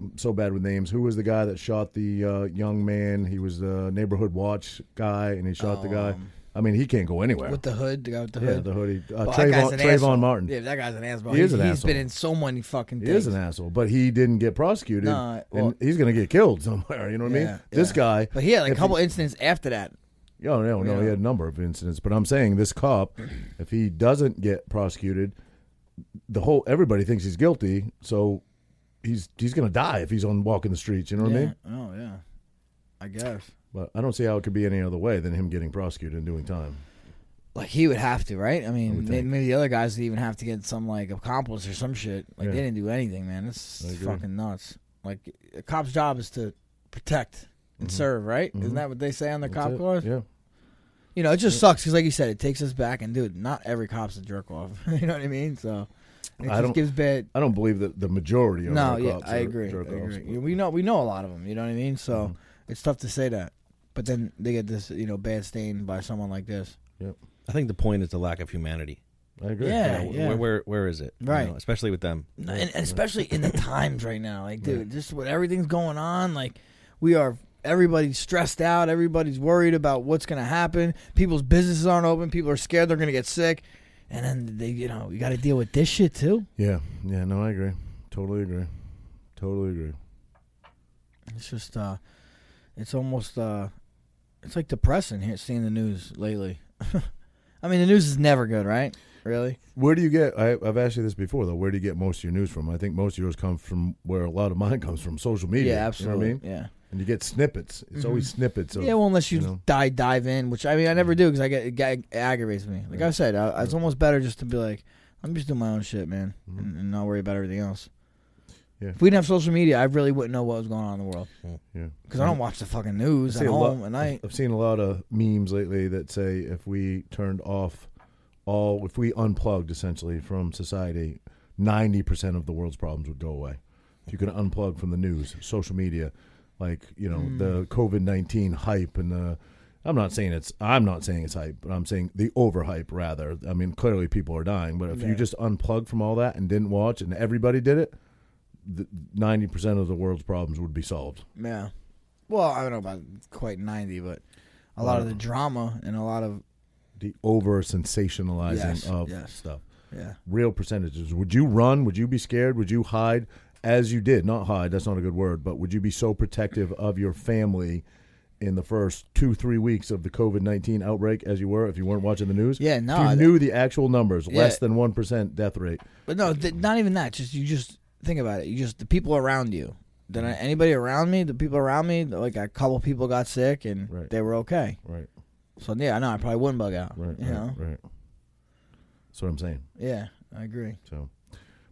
I'm So bad with names. Who was the guy that shot the uh, young man? He was the neighborhood watch guy, and he shot the Oh, guy. um, I mean, he can't go anywhere. With the hood, the guy with the yeah, hood. the hoodie. Uh, Well, that guy's Trayvon, an Trayvon asshole. Martin. Yeah, that guy's an asshole. He is an He's been asshole. in so many fucking He things. is an asshole, but he didn't get prosecuted, No, well- and he's going to get killed somewhere. You know what I mean? Yeah, This yeah. guy. But he had like, a if couple incidents after that. Yeah, no, no, he Yeah. had a number of incidents, but I'm saying this cop, if he doesn't get prosecuted, the whole everybody thinks he's guilty, so he's he's gonna die if he's on walking the streets. You know what I mean? Oh yeah, I guess. But I don't see how it could be any other way than him getting prosecuted and doing time. Like he would have to, right? I mean, would may- think. maybe the other guys would even have to get some like accomplice or some shit. Like they Yeah. didn't do anything, man. This I is agree. fucking nuts. Like a cop's job is to protect and serve, right? Isn't that what they say on the Mm-hmm. That's cop it. cars? Yeah, You know, it just sucks because, like you said, it takes us back. And dude, not every cop's a jerk off. you know what I mean? So it I just don't- gives bad. I don't believe that the majority of No, our yeah, cops I are agree. I jerk Mm-hmm. offs, agree. but- We know we know a lot of them. You know what I mean? So it's tough to say that. But then they get this, you know, bad stain by someone like this. I think the point is the lack of humanity. I agree. Yeah. You know, where, where where is it? You Right. know, especially with them. and, and especially in the times right now like dude just what everything's going on like we are everybody's stressed out everybody's worried about what's going to happen people's businesses aren't open people are scared they're going to get sick and then they you know you got to deal with this shit too yeah, yeah. No, I agree. Totally agree. Totally agree. it's just uh it's almost uh it's like depressing here seeing the news lately i mean the news is never good right really Where do you get? I, I've asked you this before, though. Where do you get most of your news from? I think most of yours comes from where a lot of mine comes from social media. You yeah know what absolutely I mean? yeah and you get snippets. It's always snippets of yeah, well, unless you, you know. Mm. dive dive in, which I mean, I never do because I get it, gag- aggravates me. Like I said, I, it's almost better just to be like, I'm just doing my own shit, man, and, and not worry about everything else. Mm-hmm. Yeah. If we didn't have social media, I really wouldn't know what was going on in the world yeah. because I don't watch the fucking news see at a lot- home at night. I've seen a lot of memes lately that say if we turned off all, if we unplugged essentially from society, ninety percent of the world's problems would go away. If you can unplug from the news, social media, like you know the COVID nineteen hype and the. I'm not saying it's. I'm not saying it's hype, but I'm saying the overhype rather. I mean, clearly people are dying, but if you Yeah. just unplugged from all that and didn't watch, and everybody did it, ninety percent of the world's problems would be solved. Yeah. Well, I don't know about quite ninety, but a lot of the drama and a lot of the over sensationalizing Yes, of yes. stuff. yeah. Real percentages. Would you run? Would you be scared? Would you hide as you did? Not hide, that's not a good word, but would you be so protective of your family in the first two, three weeks of the COVID 19 outbreak as you were if you weren't watching the news? Yeah, no, If I- you knew the actual numbers, Yeah. less than 1% death rate. But no, th- not even that. Just you just think about it. You just the people around you. Then Mm-hmm. I- anybody around me, the people around me, like a couple people got sick and Right. they were okay. Right, So yeah, I know I probably wouldn't bug out. right, you right, know? right. That's what I'm saying. Yeah, I agree. So,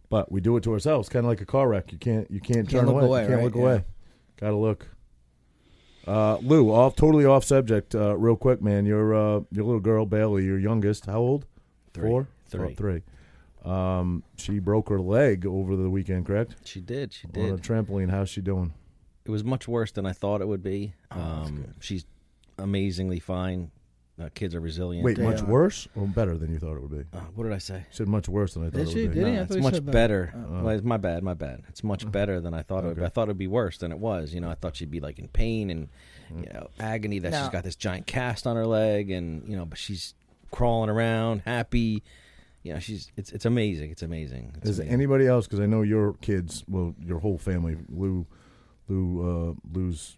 but we do it to ourselves, kind of like a car wreck. You can't you can't, turn look away. away, You can't right? look Yeah. away. Got to look. Uh, Lou, off totally off subject. Uh, real quick, man, your uh, your little girl Bailey, your youngest, how old? Three. Four, Three. Oh, three. Um, she broke her leg over the weekend, correct? She did. She On a did. trampoline. How's she doing? it was much worse than I thought it would be. um, she's amazingly fine. Uh, kids are resilient. Wait, They uh, much are- worse or better than you thought it would be? You Uh, what did I say? said much worse than I thought Did it she? would be. Did he? I No, thought it's you much said Oh. Uh-huh. better. Well, it's my bad, my bad. It's much better than I thought it would be. I thought it would be worse than it was. You know, I thought she'd be like in pain and Mm-hmm. you know agony that Now- she's got this giant cast on her leg, and you know, but she's crawling around, happy. You know, she's it's it's amazing. It's amazing. It's Is amazing. anybody else? Because I know your kids, well, your whole family, Lou, Lou, uh, Lou's.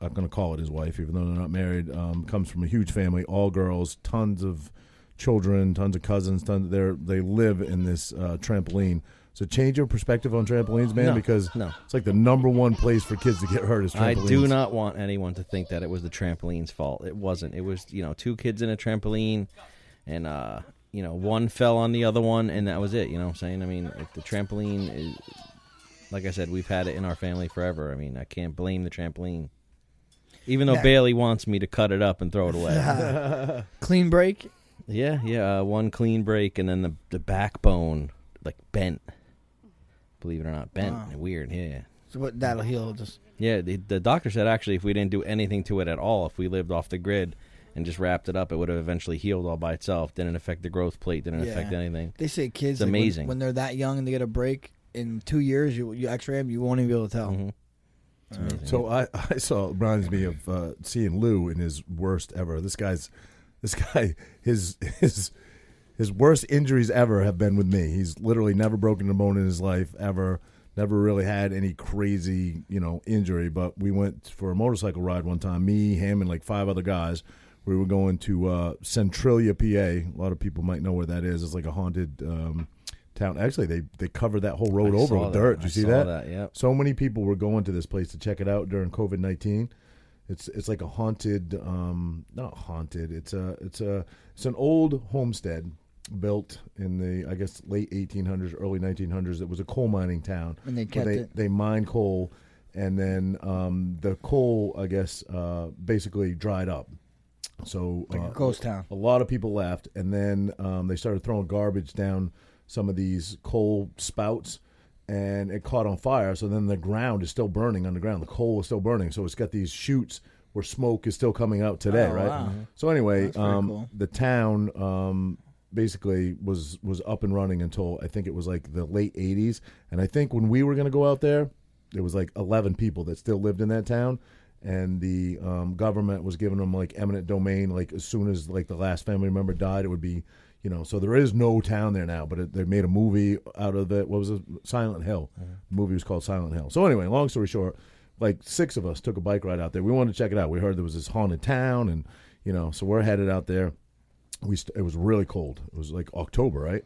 I'm going to call it his wife, even though they're not married. Um, comes from a huge family, all girls, tons of children, tons of cousins. Tons. They they live in this uh, trampoline. So change your perspective on trampolines, man, No, because no. it's like the number one place for kids to get hurt is I trampolines. do not want anyone to think that it was the trampoline's fault. It wasn't. It was, you know, two kids in a trampoline and uh, you know, one fell on the other one and that was it, you know what I'm saying? I mean, if the trampoline is like I said, we've had it in our family forever. I mean, I can't blame the trampoline. Even though Yeah. Bailey wants me to cut it up and throw it away. Clean break. yeah, yeah, uh, one clean break and then the the backbone like bent. Believe it or not, bent. Wow. Weird, yeah. So what that'll heal just Yeah, the, the doctor said actually, if we didn't do anything to it at all, if we lived off the grid, and just wrapped it up, it would have eventually healed all by itself. Didn't affect the growth plate. Didn't affect Yeah. anything. They say kids It's like, when- amazing. when, they're that young and they get a break in two years. You, you X-ray them, you won't even be able to tell. Uh, Mhm. It's amazing. So I, I saw it reminds me of uh, seeing Lou in his worst ever. This guy's this guy his his his worst injuries ever have been with me. He's literally never broken a bone in his life ever. Never really had any crazy you know injury. But we went for a motorcycle ride one time. Me, him, and like five other guys. We were going to uh, Centralia, PA. A lot of people might know where that is. It's like a haunted um, town. Actually, they they covered that whole road I over saw with that. dirt. I You see saw that? that, yep. So many people were going to this place to check it out during COVID nineteen. It's it's like a haunted, um, not haunted. It's a it's a it's an old homestead built in the I guess late eighteen hundreds, early nineteen hundreds. It was a coal mining town. And they where kept they, it. they mine coal, and then um, the coal I guess uh, basically dried up. So Like uh, a ghost town. a lot of people left, and then um, they started throwing garbage down some of these coal spouts, and it caught on fire. So then the ground is still burning underground. The coal is still burning, so it's got these shoots where smoke is still coming out today, Oh, right? wow. So anyway, That's pretty um, cool. the town um, basically was was up and running until I think it was like the late '80s, and I think when we were going to go out there, there was like 11 people that still lived in that town, and the um, government was giving them like eminent domain. Like as soon as like the last family member died, it would be you know. So there is no town there now, but it, they made a movie out of it. What was it? Silent Hill. The movie was called Silent Hill. So anyway, long story short like six of us took a bike ride out there. We wanted to check it out. We heard there was this haunted town, and you know, so we're headed out there. We st- it was really cold. It was like October, right?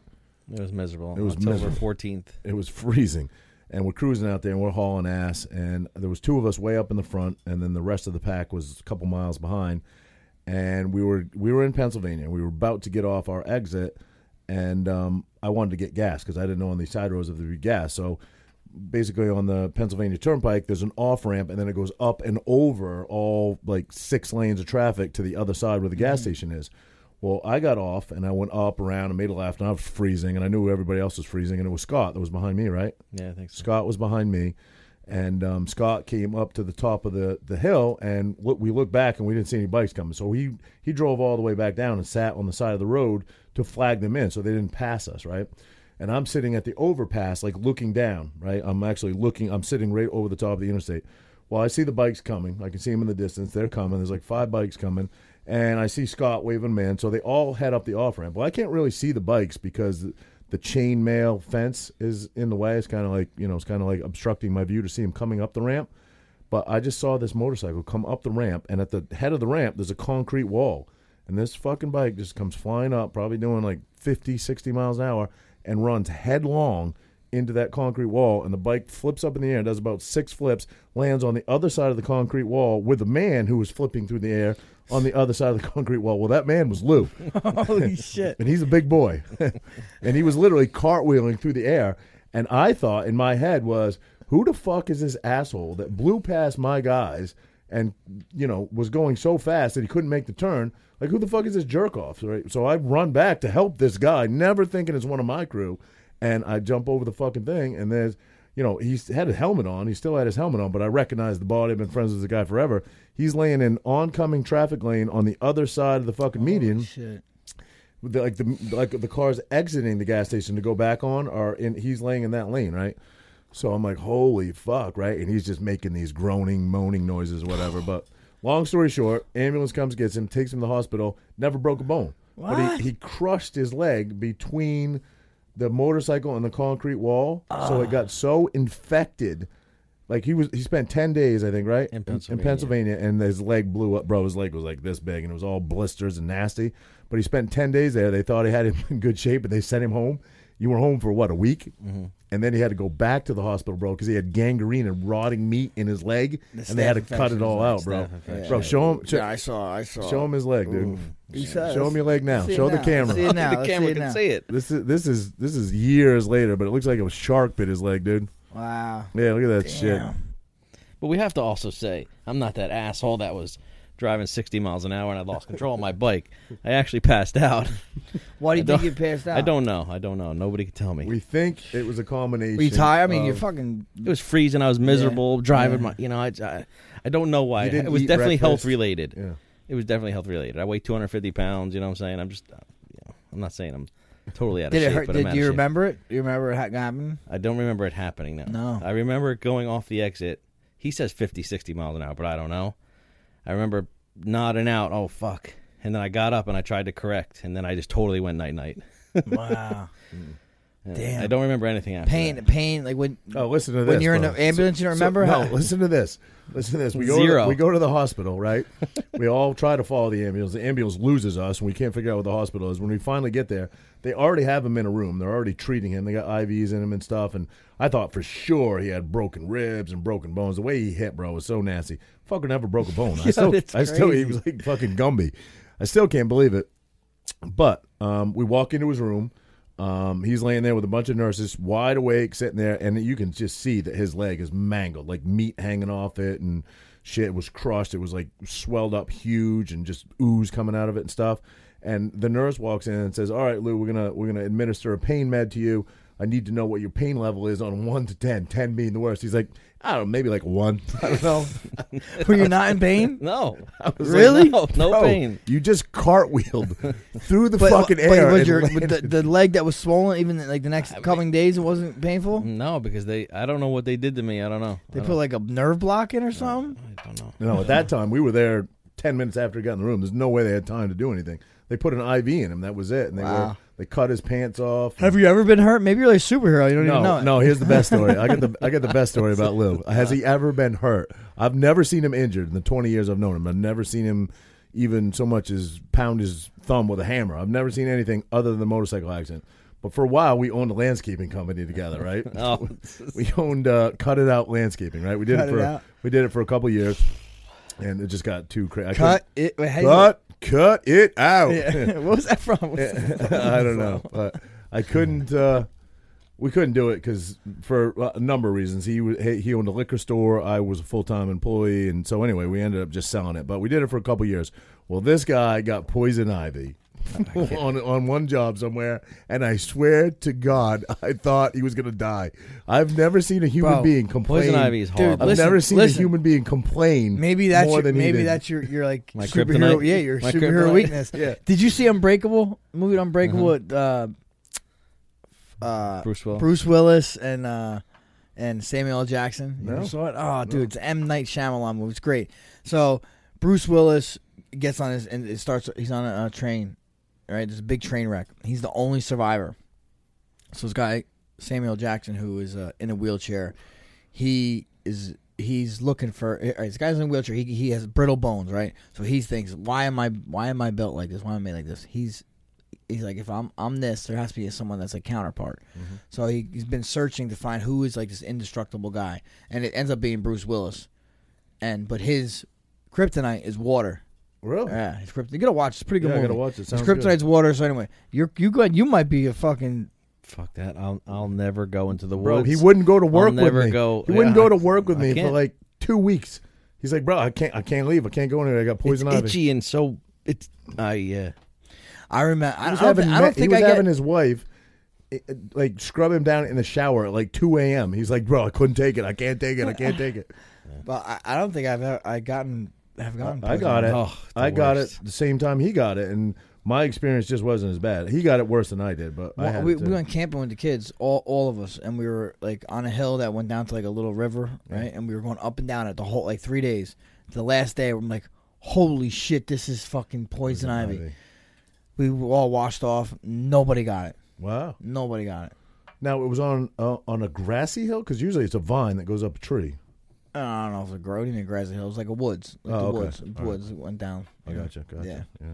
It was miserable. It was October miserable. fourteenth. It was freezing, and we're cruising out there and we're hauling ass. And there was two of us way up in the front, and then the rest of the pack was a couple miles behind. And we were we were in Pennsylvania. We were about to get off our exit, and um, I wanted to get gas because I didn't know on these side roads if there'd be gas. So basically on the Pennsylvania Turnpike, there's an off ramp, and then it goes up and over all like six lanes of traffic to the other side where the gas station is. Well, I got off and I went up around and made a left, and I was freezing, and I knew everybody else was freezing, and it was Scott that was behind me, right? Yeah, I think so. Scott was behind me, and um, Scott came up to the top of the, the hill, and look, we looked back and we didn't see any bikes coming. So he he drove all the way back down and sat on the side of the road to flag them in, so they didn't pass us, right? And I'm sitting at the overpass, like looking down, right? I'm actually looking. I'm sitting right over the top of the interstate. Well, I see the bikes coming. I can see them in the distance. They're coming. There's like five bikes coming. And I see Scott waving man. So they all head up the off ramp. Well, I can't really see the bikes because the chain mail fence is in the way. It's kind of like, you know, it's kind of like obstructing my view to see him coming up the ramp. But I just saw this motorcycle come up the ramp. And at the head of the ramp, there's a concrete wall. And this fucking bike just comes flying up, probably doing like 50, 60 miles an hour, and runs headlong into that concrete wall, and the bike flips up in the air, does about six flips, lands on the other side of the concrete wall with a man who was flipping through the air on the other side of the concrete wall. Well, that man was Lou, Holy shit! and he's a big boy, and he was literally cartwheeling through the air. And I thought in my head was, who the fuck is this asshole that blew past my guys and you know was going so fast that he couldn't make the turn? Like who the fuck is this jerk off? Right. So I run back to help this guy, never thinking it's one of my crew and I jump over the fucking thing, and there's, you know, he's had a helmet on. He still had his helmet on, but I recognize the body. I've been friends with the guy forever. He's laying in oncoming traffic lane on the other side of the fucking median. Shit. The, like the like the cars exiting the gas station to go back on are in. He's laying in that lane, right? So I'm like, holy fuck, right? And he's just making these groaning, moaning noises, or whatever. But long story short, ambulance comes, gets him, takes him to the hospital. Never broke a bone, but What? he, he crushed his leg between the motorcycle and the concrete wall, so it got so infected. Like he was, he spent ten days, I think, right, In Pennsylvania. Pennsylvania, and his leg blew up, bro. His leg was like this big, and it was all blisters and nasty. But he spent ten days there. They thought he had him in good shape, but they sent him home. You were home for what a week, Mm-hmm. and then he had to go back to the hospital, bro, because he had gangrene and rotting meat in his leg, The and they had to staph cut it infection all out, is like bro. staph infection. Bro, show him, show, Yeah, I saw. I saw. show him his leg, dude. He says. Show him your leg now. See it Show the now. camera. See it now. the Let's camera see it can now. see it. This is this is this is years later, but it looks like a shark bit his leg, dude. Wow. Yeah, look at that shit. Damn. But we have to also say, I'm not that asshole that was driving 60 miles an hour and I lost control of my bike. I actually passed out. Why do you I think don't- you passed out? I don't know. I don't know. Nobody could tell me. We think it was a combination. Were you tired? I mean, of- you're fucking. it was freezing. I was miserable driving Yeah. my. You know, I, I, I don't know why. You didn't It was eat definitely breakfast. health related. Yeah. it was definitely health related. I weigh 250 pounds. You know what I'm saying? I'm just, uh, you know, I'm not saying I'm totally out Did of it shape. hurt? But I'm Did out you of shape. remember it? Do you remember it happening? I don't remember it happening now. No. I remember it going off the exit. He says 50, 60 miles an hour, but I don't know. I remember nodding out, oh, fuck. And then I got up and I tried to correct, and then I just totally went night night. Wow. Damn. I don't remember anything after pain, that. pain. Like when Oh, listen to this. when you're in bro. the ambulance, you don't remember So, how. no, listen to this. Listen to this. We go To Zero. the, we go to the hospital, right? we all try to follow the ambulance. The ambulance loses us, and we can't figure out what the hospital is. When we finally get there, they already have him in a room. They're already treating him. They got IVs in him and stuff. And I thought for sure he had broken ribs and broken bones. The way he hit, bro, was so nasty. Fucker never broke a bone. I still, that's I still, he crazy. was like fucking Gumby. I still can't believe it. But um, we walk into his room. Um, he's laying there with a bunch of nurses, wide awake, sitting there, and you can just see that his leg is mangled, like meat hanging off it, and shit was crushed. It was like swelled up, huge, and just ooze coming out of it and stuff. And the nurse walks in and says, "All right, Lou, we're gonna we're gonna administer a pain med to you. I need to know what your pain level is on one to ten, ten being the worst." He's like, "I don't know, maybe like one. I don't know." Were you not in pain? No. was like, Really? No, no Bro, pain. You just cartwheeled through the fucking but air. was and your- landed- with the, the leg that was swollen, even like the next coming days, it wasn't painful. No, because they, I don't know what they did to me. I don't know. They Mm, I put don't, like a nerve block in or something. I don't know. No, at that time we were there ten minutes after he got in the room. There's no way they had time to do anything. They put an IV in him. That was it. And they were Wow. they cut his pants off. Have you ever been hurt? Maybe you're like a superhero. You don't no, even know it. no. Here's the best story. I got the I got the best story about Lou. Has he ever been hurt? I've never seen him injured in the 20 years I've known him. I've never seen him even so much as pound his thumb with a hammer. I've never seen anything other than the motorcycle accident. But for a while, we owned a landscaping company together, right? No. we owned uh, cut it out landscaping, right? We did Cut it It for Out. we did it for a couple years, and it just got too crazy. Cut it. Wait, how do you- cut, cut it out. Yeah. what was that from? What's that from? I don't know, but I couldn't. Uh, we couldn't do it because for a number of reasons. He wa- he he owned a liquor store. I was a full time employee, and so anyway, we ended up just selling it. But we did it for a couple years. Well, this guy got poison ivy. on on one job somewhere, and I swear to God, I thought he was gonna die. I've never seen a human Bro, being complain. Poison ivy is horrible. I've Listen, never seen listen. a human being complain. Maybe that's more your, than he maybe did. that's your your like My superhero. kryptonite? Yeah, your My superhero kryptonite? weakness. Yeah. Did you see Unbreakable? The movie Unbreakable with uh, uh, Mm-hmm. Bruce Will. Bruce Willis and uh, and Samuel L. Jackson. You No. ever saw it? Oh, dude, it's M Night Shyamalan movie. It's great. So Bruce Willis gets on his and it starts. He's on a, a train. Right, there's a big train wreck. He's the only survivor. So this guy Samuel Jackson, who is uh, in a wheelchair, he is he's looking for. eh, All right, this guy's in a wheelchair. He he has brittle bones, right? So he thinks, why am I why am I built like this? Why am I made like this? He's he's like, if I'm I'm this, there has to be someone that's a counterpart. So he, he's been searching to find who is like this indestructible guy, and it ends up being Bruce Willis. And but his kryptonite is water. really. Yeah, his kryptonite. You gotta watch. It's a pretty good. Oh. Yeah, I movie. gotta watch it. His Sounds good. kryptonite's water. So anyway, you're you good. You might be a fucking Fuck that. I'll, I'll never go into the bro. woods. He wouldn't go to work never with me. go- he wouldn't yeah, go to I- work with I me for can't. like two weeks. He's like, bro, I can't, I can't leave. I can't go anywhere. I got It's poison ivy. itchy and so, it's, I, uh, yeah. I remember. I He was don't, I don't having, thi- ma- I don't think he was I get. having his wife it- it, like scrub him down in the shower at like two a.m. He's like, bro, I couldn't take it. I can't take it. I can't take it. but I, I don't think I've ever, I gotten have gotten. I got it. Oh, the I got worst. it the same time he got it, and my experience just wasn't as bad. He got it worse than I did, but I Well, had we, it too. we went camping with the kids, all all of us, and we were like on a hill that went down to like a little river, right? And we were going up and down it the whole like three days. The last day, I'm like, holy shit, this is fucking poison, ivy. We were all washed off. Nobody got it. Wow. Nobody got it. Now it was on uh, on a grassy hill because usually it's a vine that goes up a tree. I don't know if it was a grove, even a grassy hill. It was like a woods, like Oh, the okay. woods, All right. woods that went down. I gotcha. Gotcha. Yeah. yeah.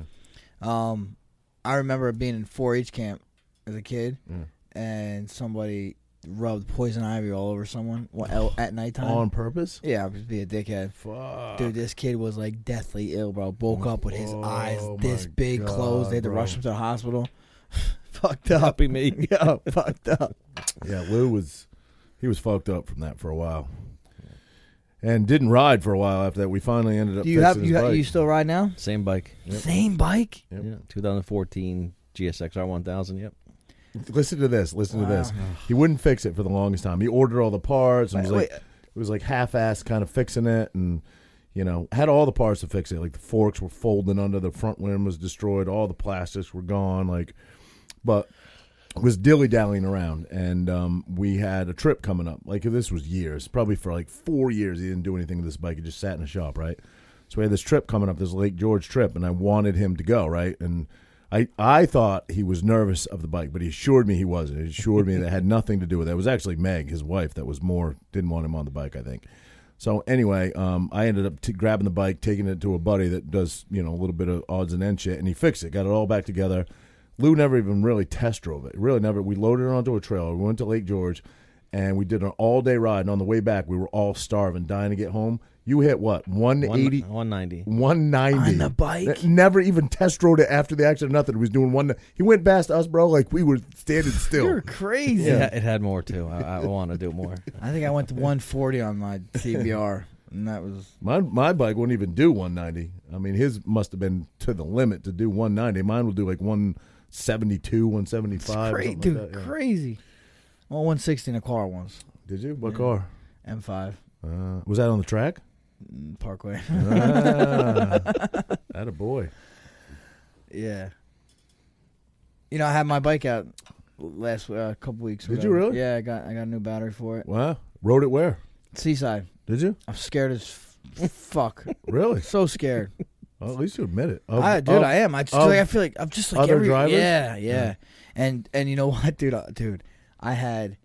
Um, I remember being in 4-H camp as a kid, Yeah. and somebody rubbed poison ivy all over someone wa- el- at nighttime. On purpose. yeah, I'd just be a dickhead. Fuck. Dude, this kid was like deathly ill, bro. Woke up with his Oh, eyes my this big, closed. They had to God, rush bro. him to the hospital. fucked up. Copy me. yeah, fucked up. Yeah, Lou was he was fucked up from that for a while, and didn't ride for a while after that. We finally ended up. Do you fixing have his you ha- bike. you still ride now? Same bike. Same bike. Yep. Yeah, 2014 GSXR 1000. Yep. listen to this. Listen to this. Wow. He wouldn't fix it for the longest time. He ordered all the parts and was like, Wait, it was like half-assed kind of fixing it, and you know, had all the parts to fix it. Like the forks were folding under, the front rim was destroyed, all the plastics were gone. Like, but was dilly dallying around, and um, we had a trip coming up. Like this was years, probably for like four years. He didn't do anything with this bike; it just sat in a shop, right? So we had this trip coming up, this Lake George trip, and I wanted him to go, right? And I I thought he was nervous of the bike, but he assured me he wasn't. He assured me that it had nothing to do with that. It was actually Meg, his wife, that was more didn't want him on the bike, I think. So anyway, um, I ended up t- grabbing the bike, taking it to a buddy that does you know a little bit of odds and end shit, and he fixed it, got it all back together. Lou never even really test drove it. Really never. We loaded it onto a trailer. We went to Lake George, and we did an all day ride. And on the way back, we were all starving, dying to get home. You hit what one eighty? one ninety. 190 On the bike? That- never even test rode it after the accident. Nothing. He was doing one. He went past us, bro. Like we were standing still. You're crazy. Yeah, it had more too. I, I want to do more. I think I went to 140 on my TBR, and that was my my bike wouldn't even do one ninety. I mean, his must have been to the limit to do one ninety. Mine will do like one seventy two, one seventy five. crazy, dude. Crazy. Well, 160 in a car once. Did you? What car? M5 Uh, was that on the track? mm, Parkway. ah, a boy. yeah. You know, I had my bike out last uh, couple weeks. Did ago. you really? Yeah, I got I got a new battery for it. Wow. Rode it where? Seaside. Did you? I'm scared as f- fuck. Really? So scared. Well, at least you admit it. Of- I, dude, of- I am. I just of- like I feel like I'm just like other every, drivers? Yeah, yeah, And and you know what, dude, uh, dude, I had,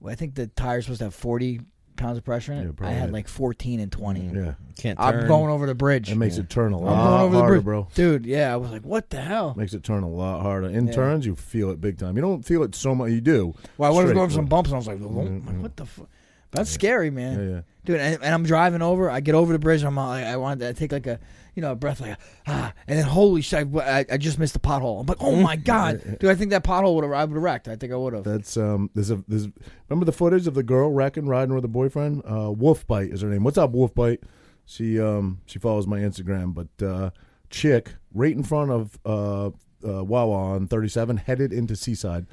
well, I think the tire's supposed to have 40 pounds of pressure in Yeah, it. I probably. had like 14 and 20. Yeah. Can't turn. I'm going over the bridge. It makes it turn a I'm lot going over the harder, bridge, bro. Dude, yeah, I was like, what the hell? Makes it turn a lot harder. In Yeah. turns, you feel it big time. You don't feel it so much. You do. Well, I wanted to Straight go over some road. bumps, and I was like, "Whoa," Mm, like, mm. what the fuck? That's scary, man. Yeah, yeah. dude. And, and I'm driving over. I get over the bridge. And I'm like, I wanted to I take like a, you know, a breath like a, ah, and then holy shit, I, I- I just missed the pothole. I'm like, oh my god, dude. I think that pothole would have, I would have wrecked. I think I would have. That's um. There's a there's. Remember the footage of the girl wrecking, riding with her boyfriend. Uh, Wolf Bite is her name. What's up, Wolf Bite? She um she follows my Instagram, but uh, chick right in front of uh, uh Wawa on 37, headed into Seaside.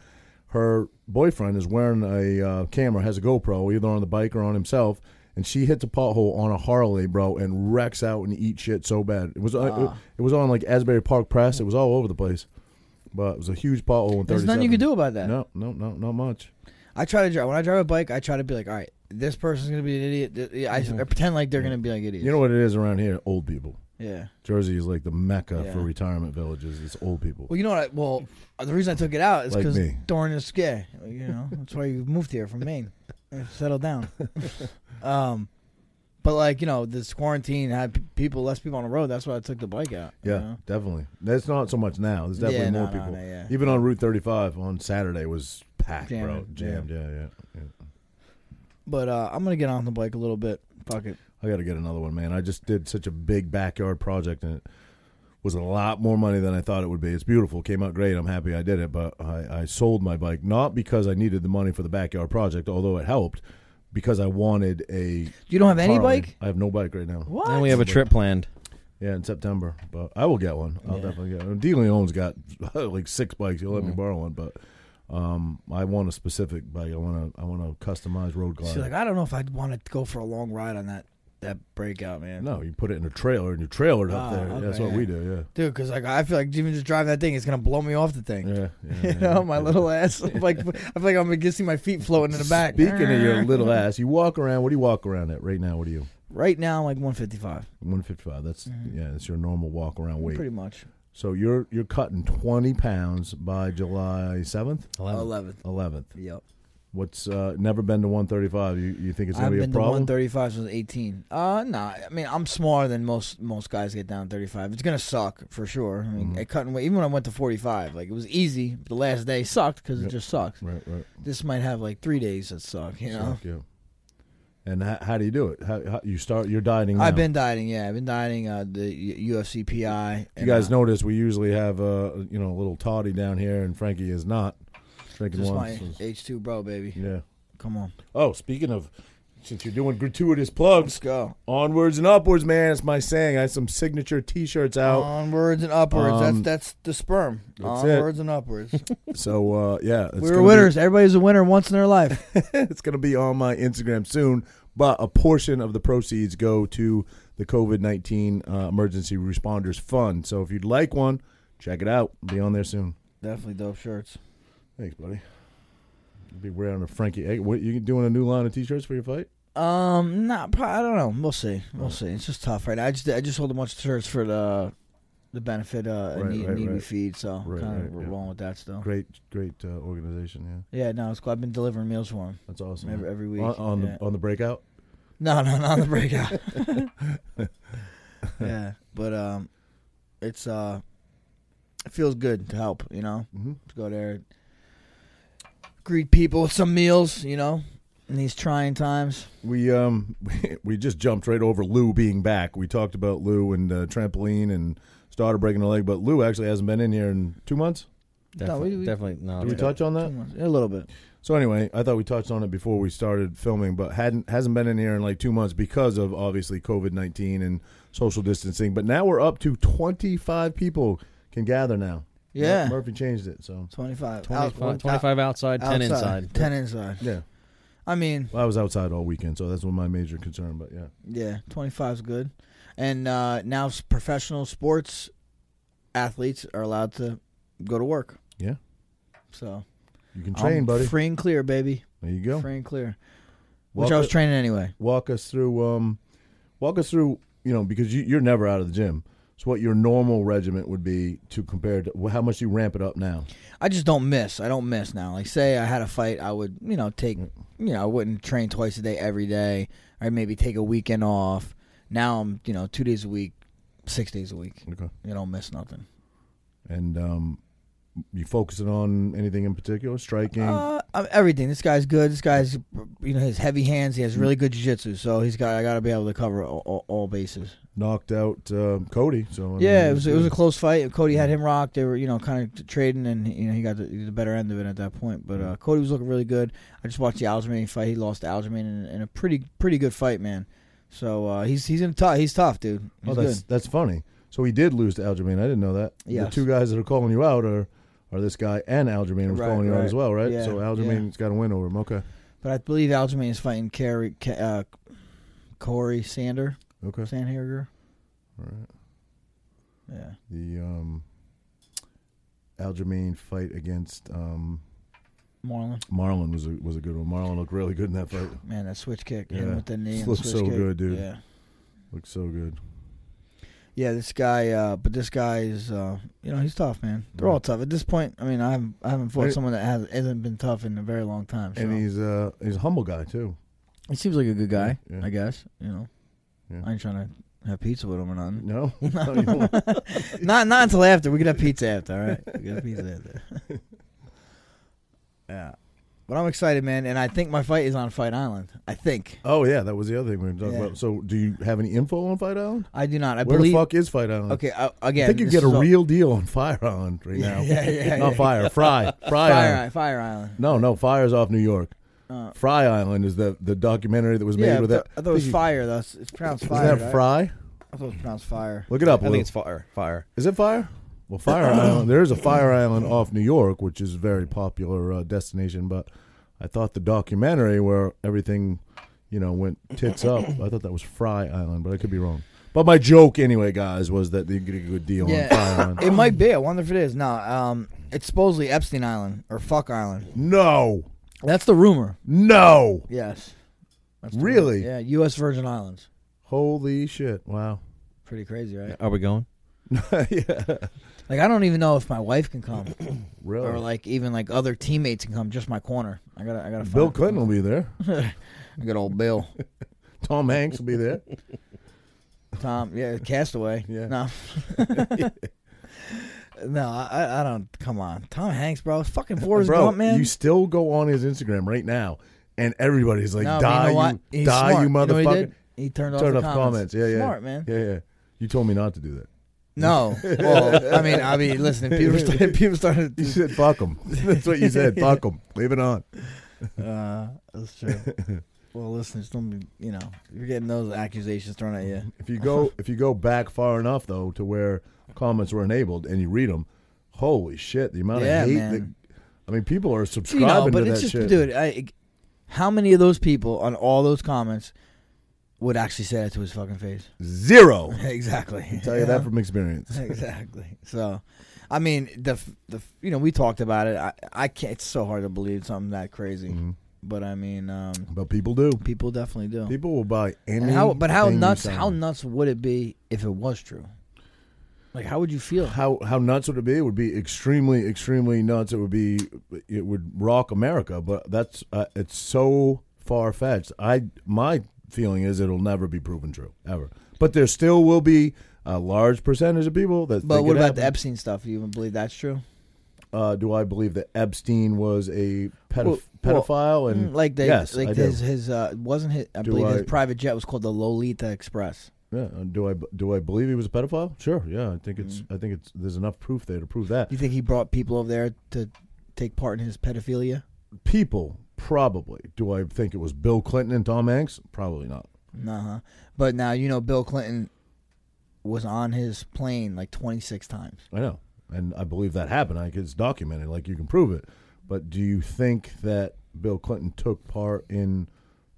Her boyfriend is wearing a uh, camera, has a GoPro, either on the bike or on himself, and she hits a pothole on a Harley, bro, and wrecks out and eats shit so bad. It was uh, it, Ah. it was on like Asbury Park Press. It was all over the place, but it was a huge pothole. In There's nothing you 37. can do about that. No, no, no, not much. I try to drive when I drive a bike. I try to be like, all right, this person's gonna be an idiot. Th- yeah, I, I pretend like they're gonna be like idiots. Mm-hmm. You know what it is around here? Old people. yeah. Jersey is like the mecca for Yeah. retirement villages. It's old people. Well, you know what? I, well, the reason I took it out is Like because me. during the scare, you know, that's why you moved here from Maine, settle down. um, but like you know, this quarantine had p- people less people on the road. That's why I took the bike out. you yeah, know? definitely. That's not so much now. There's Yeah, definitely no, more no, people. no, yeah. Even on Route 35 on Saturday was packed, bro. Jammed, Jammed. Yeah, yeah. yeah. But uh, I'm gonna get on the bike a little bit. Fuck it. I got to get another one, man. I just did such a big backyard project and it was a lot more money than I thought it would be. It's beautiful. Came out great. I'm happy I did it, but I, I sold my bike not because I needed the money for the backyard project, although it helped, because I wanted a. You don't have any Harley. bike? I have no bike right now. What? And we have a trip planned. Yeah, in September, but I will get one. I'll Yeah. Mm. definitely get one. D. Leon's got like six bikes. He'll let me borrow one, but um, I want a specific bike. I want to. I want to customize road See, like climber. I don't know if I'd want to go for a long ride on that that breakout, man. no, you put it in a trailer and you trailered up Ah, there. okay, That's what yeah. we do. Dude, because like I feel like even just driving that thing, it's gonna blow me off the thing. Yeah, yeah. yeah, You yeah. know, my little ass. Like I feel like I'm gonna see my feet floating in the back. Speaking of your little ass, you walk around. What do you walk around at right now? What are you? right now, I'm like 155, One fifty five. That's yeah. That's your normal walk around weight. Mm-hmm. pretty much. so you're you're cutting twenty pounds by July seventh, 11. eleventh. Yep. What's uh, never been to one thirty five? You you think it's gonna I've be a been to problem? 135 since 18. Uh, nah. I mean, I'm smaller than most most guys get down 35. It's gonna suck for sure. I Mm-hmm. mean, I couldn't wait. Even when I went to 45, like it was easy. But the last day sucked because it Yep. just sucks. Right, right. This might have like three days that suck. You know. Fuck you. And how, how do you do it? How, how you start? You're dieting. Now. I've been dieting, yeah. I've been dieting uh, the U- UFC PI. You guys notice we usually have a you know a little toddy down here, and Frankie is not drinking just one. my so- H2 bro, baby. yeah. Come on, Oh, speaking of, since you're doing gratuitous let's plugs, go. onwards and upwards, man. It's my saying. I have some signature T-shirts out. Onwards and upwards. Um, that's that's the sperm. that's it. Onwards and upwards. So uh, yeah, it's we gonna were be- winners. Everybody's a winner once in their life. it's gonna be on my Instagram soon. but a portion of the proceeds go to the COVID 19 uh, Emergency Responders Fund. So if you'd like one, check it out. Be on there soon. Definitely dope shirts. Thanks, buddy. You'll be wearing a Frankie. Hey, what you doing a new line of t-shirts for your fight? Um, not. Pro- I don't know. We'll see. We'll see. It's just tough, right? now. I just I just hold a bunch of shirts for the the benefit uh Right, need, right, need we right. feed. So Right, kind of right, we're yeah. rolling with that still. Great, great uh, organization. Yeah, Yeah, no, it's cool. I've been delivering meals for him that's awesome. every, every week. on on yeah. the on the breakout. No, no, not on the breakout. yeah, but um, it's uh, it feels good to help. You know, Mm-hmm. to go there, greet people with some meals. You know, in these trying times. We um we just jumped right over Lou being back. We talked about Lou and uh, trampoline and started breaking a leg, but Lou actually hasn't been in here in two months. No, Defi- we- we- definitely no. Did we Oh, yeah. touch on that? A little bit. So anyway, I thought we touched on it before we started filming, but hadn't hasn't been in here in like two months because of obviously COVID nineteen and social distancing. But now we're up to twenty five people can gather now. Yeah, Murphy changed it, so 25. 25, Out- 25 outside, out- 10 inside. 10 inside. yeah. I mean, Well, I was outside all weekend, so that's one of my major concern. But yeah, yeah, 25 is good. And uh, now s- professional sports athletes are allowed to go to work. Yeah. So you can train, I'm buddy. Free and clear, baby. There you go. uh, Free and clear. Walk, Which I was training anyway. walk us through. Um, walk us through. You know, because you, you're never out of the gym. So what your normal regiment would be to compare to wh- how much you ramp it up now. I just don't miss. I don't miss now. Like say I had a fight, I would you know take you know I wouldn't train twice a day every day. I'd maybe take a weekend off. Now I'm you know two days a week, six days a week. Okay. You don't miss nothing. And um, you focusing on anything in particular? Striking. Uh, um, everything. This guy's good. This guy's, you know, his heavy hands. He has really good jiu-jitsu, so he's got. I got to be able to cover all, all, all bases. knocked out uh, Cody. So I mean, yeah, it was it was a close fight. Cody had him rocked. They were you know kind of trading, and you know he got the, the better end of it at that point. But uh, Cody was looking really good. I just watched the Algernon fight. He lost to Algernon in, in a pretty pretty good fight, man. So uh, he's he's in tough. He's tough, dude. Oh, He's that's good. that's funny. So he did lose to Aljamain. I didn't know that. The Yes. two guys that are calling you out are are this guy and Aljamain was Right, calling you out right. as well, right? Yeah, so yeah. Aljamain's got a win over him. Okay. But I believe Algernon is fighting Carey, Ca- uh, Corey Sander Okay. Sandhager. All right. Yeah. The um Aljamain fight against um Marlon, Marlon was a was a good one. Marlon looked really good in that fight. man, that switch kick hit him Yeah. with the knee. and the Looks switch so kick. good, dude. Yeah, Looked so good. Yeah, this guy, uh, but this guy is, uh, you know, he's tough, man. They're all Right. tough at this point. I mean, I haven't, I haven't fought And- someone that has, hasn't been tough in a very long time. So. And he's uh he's a humble guy too. he seems like a good guy, Yeah, yeah. I guess. You know, Yeah. I ain't trying to have pizza with him or nothing. No? No, you won't. not, not until after. We can have pizza after. All right, we can have pizza after. yeah, but I'm excited, man, and I think my fight is on Fight Island. I think oh yeah, that was the other thing we were talking Yeah. about. So do you have any info on Fight Island? I do not. I Where believe. the fuck is Fight Island? Okay, I, again, I think you this get a is all- real deal on Fire Island right now. Yeah, yeah, yeah. Not Fire, Fry, Fry Fire, Island. Island, Fire Island. No, no, Fire's off New York. Uh, Fry Island is the the documentary that was made yeah, with I that. thought- I thought it was Think fire. That's it's pronounced you- fire. Isn't right? that Fry? I thought it was pronounced fire. Look it up. I Lou. think it's fire. Fire. is it Fire? Well, Fire Island. There is a Fire Island off New York, which is a very popular uh, destination. But I thought the documentary where everything, you know, went tits up. I thought that was Fry Island, but I could be wrong. But my joke, anyway, guys, was that they get a good deal on Yeah. Fire Island. It might be. I wonder if it is. No, um, it's supposedly Epstein Island or Fuck Island. No, That's the rumor. no. Yes. That's the Really? rumor. Yeah. U.S. Virgin Islands. Holy shit! Wow. Pretty crazy, right? Are we going? yeah. Like I don't even know if my wife can come, Really. or like even like other teammates can come. Just my corner. I gotta. I gotta. Find Bill Clinton will be there. I got old Bill. Tom Hanks will be there. Tom. Yeah. Castaway. Yeah. No. no. I- I. I don't. Come on. Tom Hanks, bro. Fucking Forrest Bro, Gump, man. you still go on his Instagram right now, and everybody's like, No, but "Die, you, know what? you, He's die, smart. you know what motherfucker!" he, did? He turned, Turn off off the comments. Yeah, yeah, Smart man. Yeah, yeah. You told me not to do that. No, well, I mean, I mean, listen, if people started, people started. You said, "Fuck them." That's what you said. Fuck them. Leave it on. Uh, that's true. Well, listen, just don't be, you know, you're getting those accusations thrown at you. If you go, if you go back far enough though to where comments were enabled and you read them, holy shit, the amount Yeah, of hate. man. That, I mean, people are You subscribing know, but to it's that just, shit. dude, I, How many of those people on all those comments would actually say that to his fucking face? Zero. exactly. Tell you that from experience. exactly. So, I mean, the f- the f- you know we talked about it. I I can't. It's so hard to believe something that crazy, Mhm. but I mean, um, But people do. people definitely do. People will buy And any. how, but how thing you nuts? sell How them. nuts would it be if it was true? Like, how would you feel? How how nuts would it be? It would be extremely extremely nuts. It would be it would rock America. But that's uh, it's so far fetched. I my feeling is it'll never be proven true ever. But there still will be a large percentage of people that. But think what it about the happened. Epstein stuff? You even believe that's true? Uh, do I believe that Epstein was a pedoph- Well, pedophile and Mm, like they, yes, like I do. his his uh, wasn't his. I Do believe his I- private jet was called the Lolita Express. Yeah, uh, do I do I believe he was a pedophile? Sure. Yeah, I Mm. think it's I think it's there's enough proof there to prove that. Do you think he brought people over there to take part in his pedophilia? People probably. Do I think it was Bill Clinton and Tom Hanks? Probably not. Uh huh. But now you know Bill Clinton was on his plane like twenty six times. I know, and I believe that happened. Like it's documented. Like you can prove it. But do you think that Bill Clinton took part in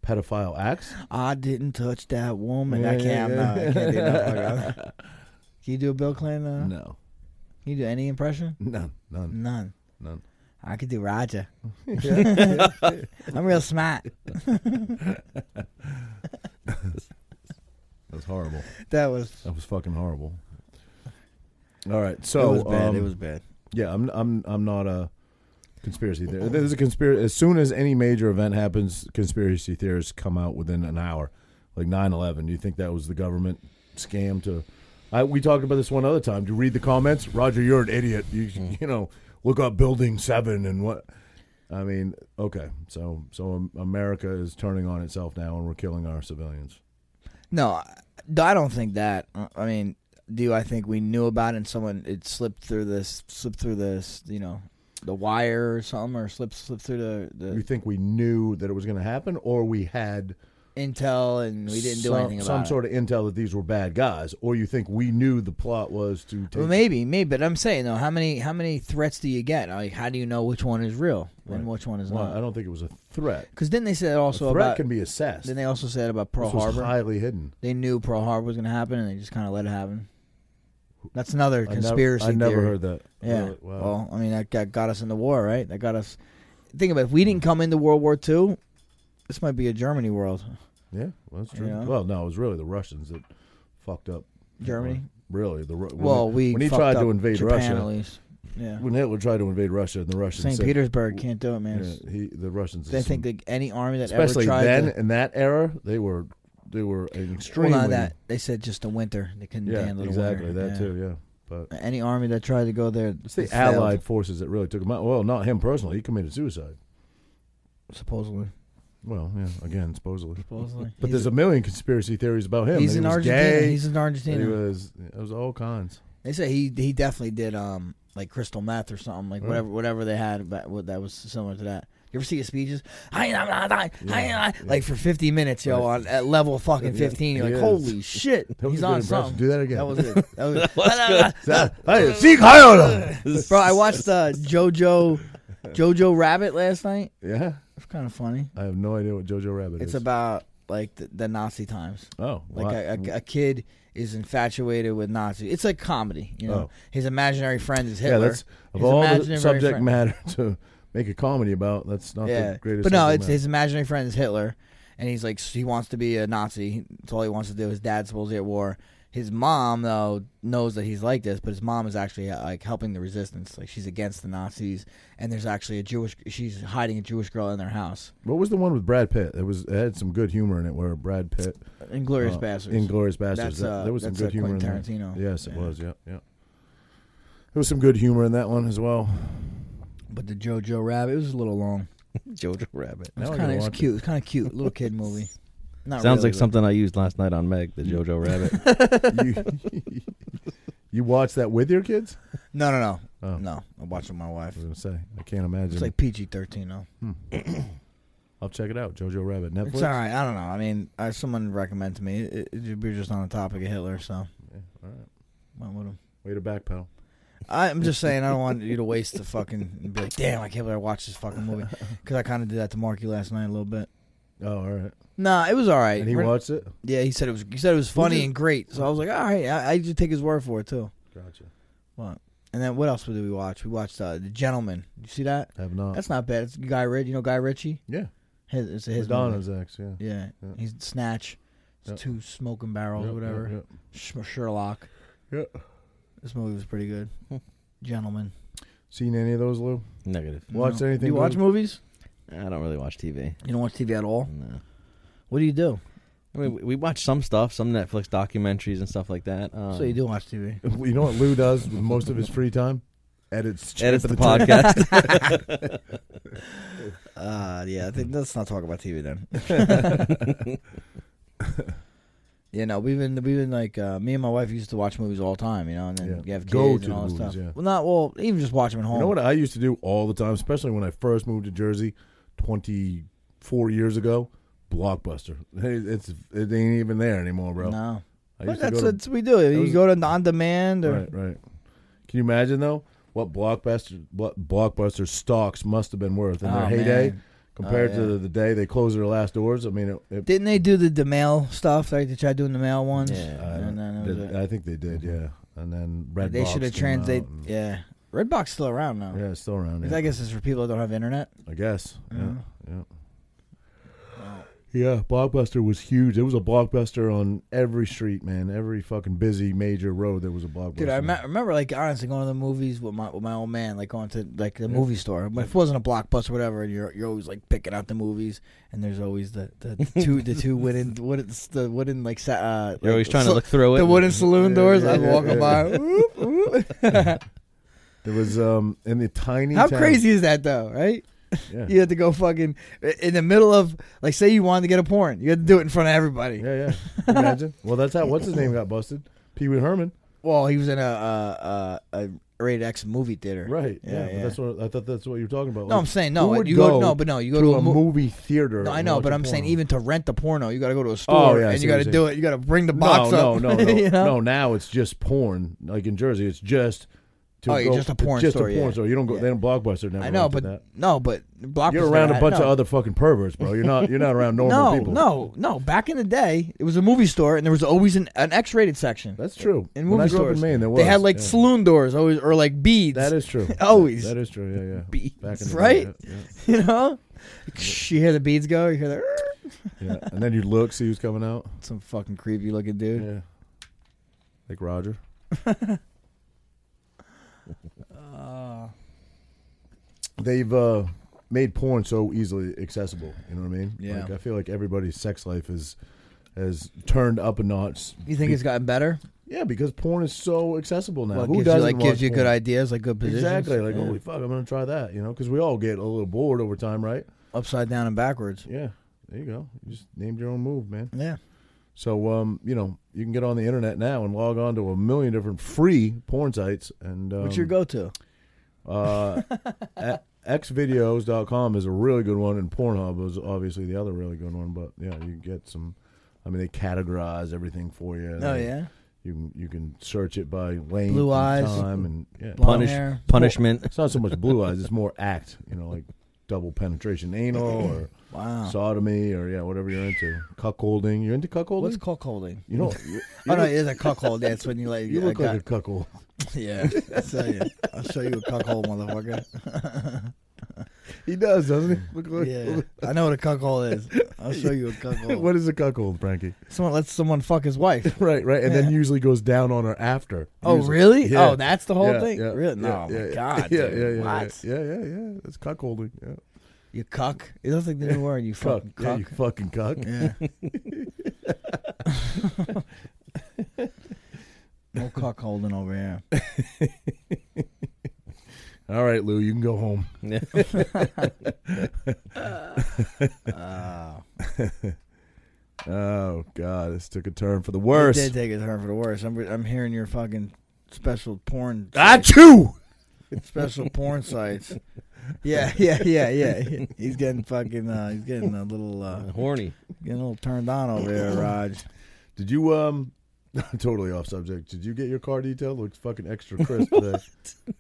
pedophile acts? I didn't touch that woman. I Yeah, can't. yeah, I'm not- I can't do that. Like, I- Can you do a Bill Clinton? Uh, No, Can you do any impression? none, none, None. none. I could do Roger. I'm real smart. That was horrible. That was. That was fucking horrible. All right, it so was bad. um, it was bad. Yeah, I'm I'm I'm not a conspiracy theorist. There's a conspiracy as soon as any major event happens, conspiracy theorists come out within an hour. Like 9/11, do you think that was the government scam to I we talked about this one other time. Do you read the comments? Roger, you're an idiot. You you know, look up building 7 and what I mean, okay. So so Am- America is turning on itself now and we're killing our civilians. No, I- I don't think that. Uh, I mean, do I think we knew about it and someone it slipped through this, slipped through this, you know, the wire or something, or slipped slipped through the, You the think we knew that it was going to happen or we had intel and we didn't do some, anything about some it. sort of intel that these were bad guys, or you think we knew the plot was to take Well, maybe, maybe, but I'm saying though, how many how many threats do you get? Like, how do you know which one is real and Right. which one is Well, I not? don't think it was a threat. Because then they said also a threat about can be assessed. then they also said about Pearl this was Harbor. highly hidden. They knew Pearl Harbor was going to happen, and they just kind of let it happen. That's another I nev- conspiracy I never theory. heard that. Yeah. Really? Wow. Well, I mean, that got, got us in the war, right? That got us. Think about it. If we didn't come into World War II, this might be a Germany world. yeah, well, that's true. Yeah. Well, no, it was really the Russians that fucked up. Germany. Really, the Ru- when Well, he- we when he fucked tried up to invade Japan, at Russia, least. Yeah. when Hitler tried to invade Russia, and the Russians St. said- Petersburg can't do it, man. Yeah, he, the Russians. They is think some- that any army that especially ever tried then to, in that era, they were they were an well, extremely not that they said just the winter they couldn't yeah handle the exactly winter. that Yeah. too yeah but Any army that tried to go there, It's the it failed, Allied forces that really took him out. Well, not him personally. He committed suicide. supposedly. Well, yeah, again, supposedly. Supposedly, But he's, there's a million conspiracy theories about him. he's that he in was Argentina. Gay, He's in that he Argentina. was. It was all kinds. They say he he definitely did um like crystal meth or something like Right. whatever whatever they had but what that was similar to that. You ever see his speeches? I am not dying. I am not-" Like for fifty minutes, yo, on at level fucking Yeah, fifteen, you're he like, is. holy shit, That was he's a good on impression. something. Do that again. That was good. That was good. That- hey, see, Kyle. Bro, I watched uh, JoJo JoJo Rabbit last night. Yeah, It's kind of funny. I have no idea what Jojo Rabbit It's is. about like the, the Nazi times. oh, Like wow. a, a, a kid is infatuated with Nazi. It's like comedy, you know. Oh. His imaginary friend is yeah, Hitler. that's of His all the imaginary subject friend- matter to make a comedy about. That's not yeah, the greatest. but no, subject it's matter. his imaginary friend is Hitler, and he's like he wants to be a Nazi. That's all he wants to do. His dad's supposedly at war. His mom though knows that he's like this, but his mom is actually uh, like helping the resistance. Like she's against the Nazis, and there's actually a Jewish. She's hiding a Jewish girl in their house. What was the one with Brad Pitt? It was it had some good humor in it. Where Brad Pitt, Inglorious uh, Bastards. Inglorious Bastards. That's, That- uh, there was some that's good uh, humor in Quentin there. Tarantino. Yes, it Yeah. was. Yeah, yeah. There was some good humor in that one as well. But the Jojo Rabbit it was a little long. Jojo Rabbit. It was Now I kind gotta of watch it. cute. It was kind of cute. Little kid movie. Not Sounds really, like but- something I used last night on Meg, the Jojo Rabbit. You, you watch that with your kids? No, no, no, Oh. no. I'm watching my I wife. was gonna say I can't imagine. Hmm. It's like PG-13 though. I'll check it out. Jojo Rabbit Netflix. It's all right. I don't know. I mean, I, someone recommended to me. It, it, we were just on the topic of Hitler, so Yeah, all right. went with him. Way to back, pal. I'm just saying, I don't want you to waste the fucking. Be like, damn, I can't believe I watched this fucking movie because I kind of did that to Marky last night a little bit. Oh, all right. Nah, it was all right. And he We're- watched it. Yeah, he said it was. He said it was funny and great. So I was like, all right, I, I just take his word for it too. Gotcha. And then what else did we watch? We watched uh, The Gentleman. You see that? Have not. That's not bad. It's Guy Ritchie. You know Guy Ritchie? yeah. His, it's his movie. Madonna's ex. Yeah. Yeah. Yeah. he's Snatch. It's Yeah. two smoking barrels, Yep, whatever. yep, Sh- Sherlock. yep. Yep. This movie was pretty good. Hmm. Gentleman. Seen any of those, Lou? Negative. Watch anything You watch good? movies? I don't really watch TV. You don't watch TV at all? No. What do you do? I mean, we- we watch some stuff, some Netflix documentaries and stuff like that. Uh, Um, so you do watch TV. You know what Lou does with most of his free time? Edits. shit Edits for the tape. podcast. Uh, yeah. I think let's not talk about TV then. Yeah, no, we've been we've been like uh, me and my wife used to watch movies all the time, you know, and then Yeah. you have kids Go to and the all this movies, stuff. yeah. Well, not well, even just watch them at home. You know what I used to do all the time, especially when I first moved to Jersey, twenty four years ago. Blockbuster. Hey, It's it ain't even there anymore, bro. No, I but used that's to go to, what we do. You was- go to on demand or right, right. Can you imagine though what blockbuster what blockbuster stocks must have been worth in Oh, their heyday man. compared Oh, to yeah. the, the day they closed their last doors? I mean, it, it, Didn't they do the, the mail stuff? Like they tried doing the mail ones. Yeah. I, and then that was did- it. I think they did, yeah. And then Red Mm-hmm. they should have translated. Yeah, Redbox still around now. Yeah, it's still around. Because Yeah. I guess it's for people that don't have internet. I guess. Yeah. Mhm. Yeah. Wow. Yeah, Blockbuster was huge. There was a Blockbuster on every street, man. Every fucking busy major road, there was a Blockbuster. Dude, I rem- remember like honestly going to the movies with my with my old man, like going to like the movie store. But if it wasn't a blockbuster, or whatever, and you're you're always like picking out the movies, and there's always the, the two the two wooden wooden the wooden like sa- uh, You're always like, trying to sal- look through it. the wooden saloon Yeah, doors. yeah, I'm yeah, walking yeah. by. Oop, oop. There was um in the tiny. How town- crazy is that though, right? Yeah, You had to go fucking in the middle of like say you wanted to get a porn, you had to do it in front of everybody. yeah, yeah. Imagine. well, that's how. What's his name got busted? Pee Wee Herman. Well, he was in a uh, uh, a rated X movie theater. Right. Yeah. Yeah, but yeah. That's what I thought. That's what you were talking about. No, I'm Like, saying who no. would You go, go no, but no, you go to, to a mo- movie theater. No, I and know, watch but a I'm saying porno? Oh, even to rent the porno, you got to go to a store yeah, I and see you what got you're to saying. do it. You got to bring the No, box no, up. no, no, you know? no. Now it's just porn. Like in Jersey, it's just. To Oh, yeah, go- just a porn just store, a porn yeah. store. You don't go. Yeah. They don't blockbuster. Never I know, rented but that. no, but Blockbuster you're around a had- bunch no. of other fucking perverts, bro. You're not. You're not around normal no, people. no, no. Back in the day, it was a movie store, and there was always an, an X-rated section. That's true. In when movie I grew up stores. in Maine, there was. they had like yeah. saloon doors always, or like beads. That is true. Always. That is true. Yeah, yeah. Beads, the day, right? yeah, you know. You hear the beads go. You hear that? yeah, yeah. And then you look, see who's coming out. Some fucking creepy looking dude. Yeah. Like Roger. Uh, They've uh, made porn so easily accessible. You know what I mean? Yeah. Like, I feel like everybody's sex life is has turned up a notch. you think it's gotten better? Yeah, because porn is so accessible now. Well, it Who gives doesn't you like gives watch you good porn? ideas, like good positions. Exactly. Like, Yeah. holy fuck, I'm gonna try that. You know, because we all get a little bored over time, right? upside down and backwards. Yeah. There you go. You just named your own move, man. Yeah. So um, you know, you can get on the internet now and log on to a million different free porn sites. And um, What's your go-to? Uh, a- xvideos.com is a really good one, and Pornhub is obviously the other really good one. But yeah, you can get some. I mean, they categorize everything for you. Oh yeah, You can you can search it by length, Blue and eyes. time, and yeah. Blonde Punish- hair. punishment. It's not so much blue eyes; it's more act. You know, like double penetration, anal, or Wow. sodomy, or yeah, whatever you're into. Cuckolding. You're into cuckolding. What's cuckolding? you know, you, Oh no, it is a cuckold. That's when you like. you a look guy- like a cuckold. yeah. I'll show you. I'll show you a cuckold, motherfucker. He does, doesn't he? Look, look, Yeah, I know what a cuckold is. I'll show you a cuckold. What is a cuckold, Frankie? Someone lets someone fuck his wife. Right, right, and then Yeah. usually goes down on her after. Oh Usually. really? Yeah. Oh, that's the whole Yeah, thing. yeah, really? yeah, No, my yeah, God. Yeah, dude. yeah, yeah, What? yeah, yeah, yeah, yeah. That's cuckolding. Yeah, You cuck? It doesn't like the new word. You fucking Yeah, you cuck. fucking cuck. Yeah. no cuckolding over here. All right, Lou, you can go home. Yeah. Oh. Oh God, this took a turn for the It worse. did take a turn for the worse. I'm, I'm hearing your fucking special porn. Ah, sites. Achoo! special porn sites. Yeah, yeah, yeah, yeah. He's getting fucking. Uh, he's getting a little. Uh, Horny. getting a little turned on over here, Raj. Did you um? totally off subject. Did you get your car detailed? Looks fucking extra crisp today.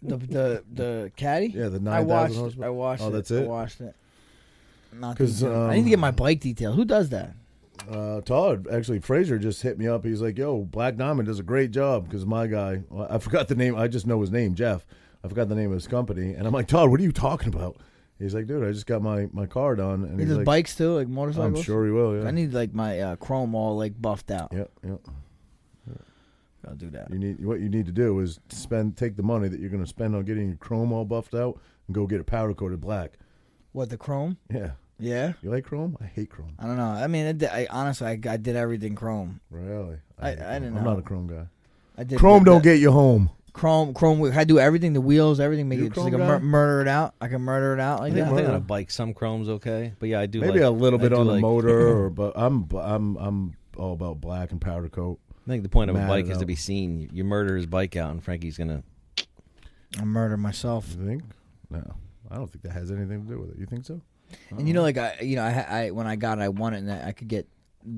The the the caddy. Yeah, the I 9,000 watched. horsepower. I watched. Oh, it. that's I it? watched it. Not 'Cause, detailed. I need to get um, my bike detailed. Who does that? Uh, Todd, actually, Fraser just hit me up. He's like, "Yo, Black Diamond does a great job because my guy, well, I forgot the name. I just know his name, Jeff. I forgot the name of his company." And I'm like, "Todd, what are you talking about?" He's like, "Dude, I just got my my car done." And He he's does like, bikes too, like motorcycles. "I'm sure he will." Yeah. I need like my uh, chrome all like buffed out. yeah, yeah. I'll do that. You need what you need to do is spend take the money that you're going to spend on getting your chrome all buffed out and go get it powder coated black. What the chrome? Yeah, Yeah. you like chrome? I hate chrome. I don't know. I mean, I, did, I honestly, I, I did everything chrome. Really? I- hate I chrome. didn't I'm know. not a chrome guy. I did Chrome the- don't get you home. chrome. Chrome. I do everything. The wheels, everything. Make You it just like chrome a mur- guy? murder it out. I can murder it out like Yeah, I that. think Well- on a bike, some chrome's okay, but yeah, I do. Maybe like- a little I bit do on the like- motor, or, but I'm I'm I'm all about black and powder coat. I think the point of a Mad bike at is to them. be seen. You murder his bike out, and Frankie's gonna. I murder myself. You think? No, I don't think that has anything to do with it. You think so? And you know, like I, you know, I, ha- I when I got it, I won it, and I could get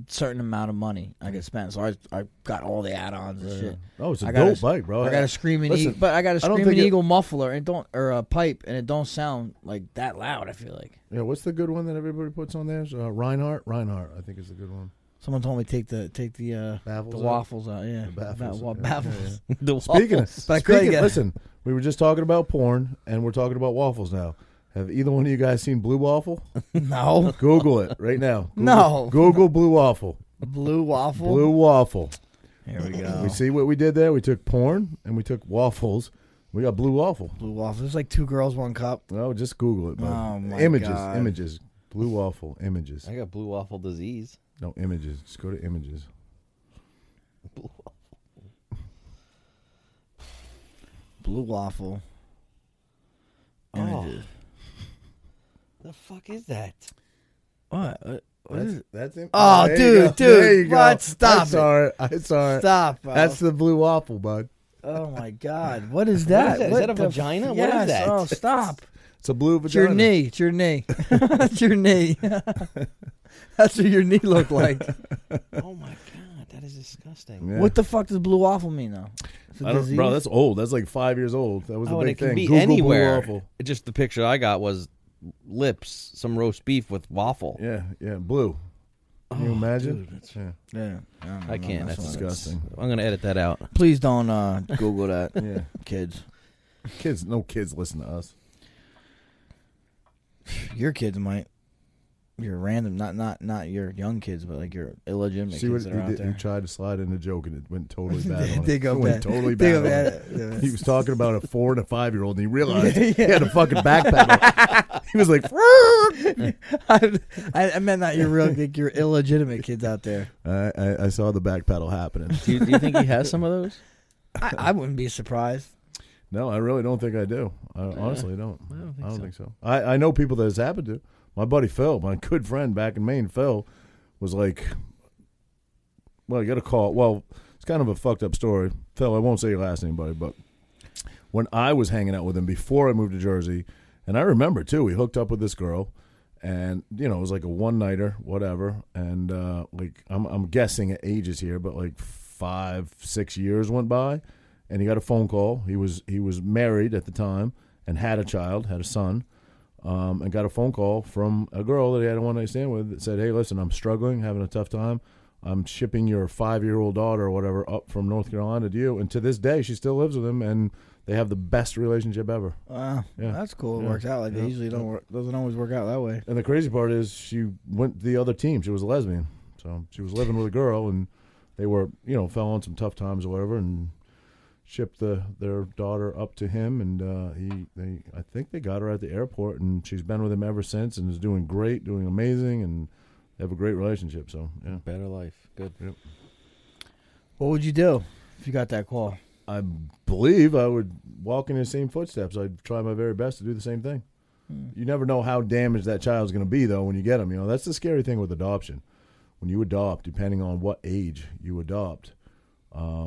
certain amount of money I could spend. So I, I got all the add-ons and shit. Oh, it's a I got a dope s- bike, bro. I got a screaming, Listen, eagle, but I got a I don't screaming think it- eagle muffler and it don't or a pipe, and it don't sound like that loud. I feel like yeah, what's the good one that everybody puts on there? Uh, Reinhardt. Reinhardt, I think is a good one. someone told me take the take the uh, Baffles the out? waffles out. Yeah, The baffles, Ba- wa- yeah, baffles. yeah, yeah. the Speaking, of, waffles. But I couldn't speaking get- listen, we were just talking about porn, and we're talking about waffles now. Have either one of you guys seen Blue Waffle? No, Google it right now. Google- No. Google Blue Waffle. blue Oh. waffle. Blue Waffle. Here we go. We see what we did there. We took porn and we took waffles. We got Blue Waffle. blue waffle. It's like two girls, one cup. No, just Google it. Bud. Oh, my images, God. images. Blue waffle images. I got blue waffle disease. No images. Just go to images. Blue waffle. Blue waffle. Oh. Images. The fuck is that? What? What- What is it? that's it. Oh, There you dude, go. dude, There you go. bud, stop I saw it. I saw it. Stop. bro. That's the blue waffle, bud. Oh my God! What is that? that? Is that a the f- vagina? What is Yes. that? Oh, stop! It's a blue It's your vagina. knee. It's your knee. It's your knee. That's what your knee looked like. Oh my god, that is disgusting. Yeah. What the fuck does blue waffle mean though? It's a I don't, disease? bro, that's old. That's like five years old. That was Oh, the and big it can thing. be Google blue anywhere. waffle. It just the picture I got was lips, some roast beef with waffle. Yeah, yeah, blue. Oh, Can you imagine? yeah, yeah. I, don't know, I can't. that's That's what it- disgusting. I'm gonna edit that out. Please don't uh, Google that, yeah. kids. Kids, no kids listen to us. Your kids might. Your random, not not not your young kids, but like your illegitimate See what kids he that are out did? He there. tried to slide in a joke and it went totally bad. on They it. go it went bad. totally bad. They go on it. bad. He was talking about a four and a five year old, and he realized he had a fucking backpack. he was like, I, I meant not your real, like your illegitimate kids out there. I, I, I saw the back pedal happening. Do you, do you think he has some of those? I, I wouldn't be surprised. No, I really don't think I do. I honestly don't. I don't think so. I, I know people that it's happened to. My buddy Phil, my good friend back in Maine, Phil, was like, well, you got to call. Well, it's kind of a fucked up story. Phil, I won't say your last name, buddy, but when I was hanging out with him before I moved to Jersey, and I remember too, we hooked up with this girl, and you know it was like a one nighter, whatever. And uh, like I'm, I'm guessing at ages here, but like five, six years went by, and he got a phone call. He was he was married at the time and had a child, had a son. Um, and got a phone call from a girl that he had a one night stand with that said, "Hey, listen, I'm struggling, having a tough time. I'm shipping your five year old daughter or whatever up from North Carolina to you." And to this day, she still lives with him, and they have the best relationship ever. Wow, Yeah. that's cool. It Yeah. works out like Yeah. they usually don't work. Doesn't always work out that way. And the crazy part is, she went to the other team. She was a lesbian, so she was living with a girl, and they were, you know, fell on some tough times or whatever, and shipped the their daughter up to him, and uh, he, they, I think they got her at the airport, and she's been with him ever since, and is doing great, doing amazing, and they have a great relationship. So yeah, Better life. Good. What would you do if you got that call? I believe I would walk in his same footsteps. I'd try my very best to do the same thing. Hmm. You never know how damaged that child's going to be, though, when you get him. You know, that's the scary thing with adoption. When you adopt, depending on what age you adopt, um,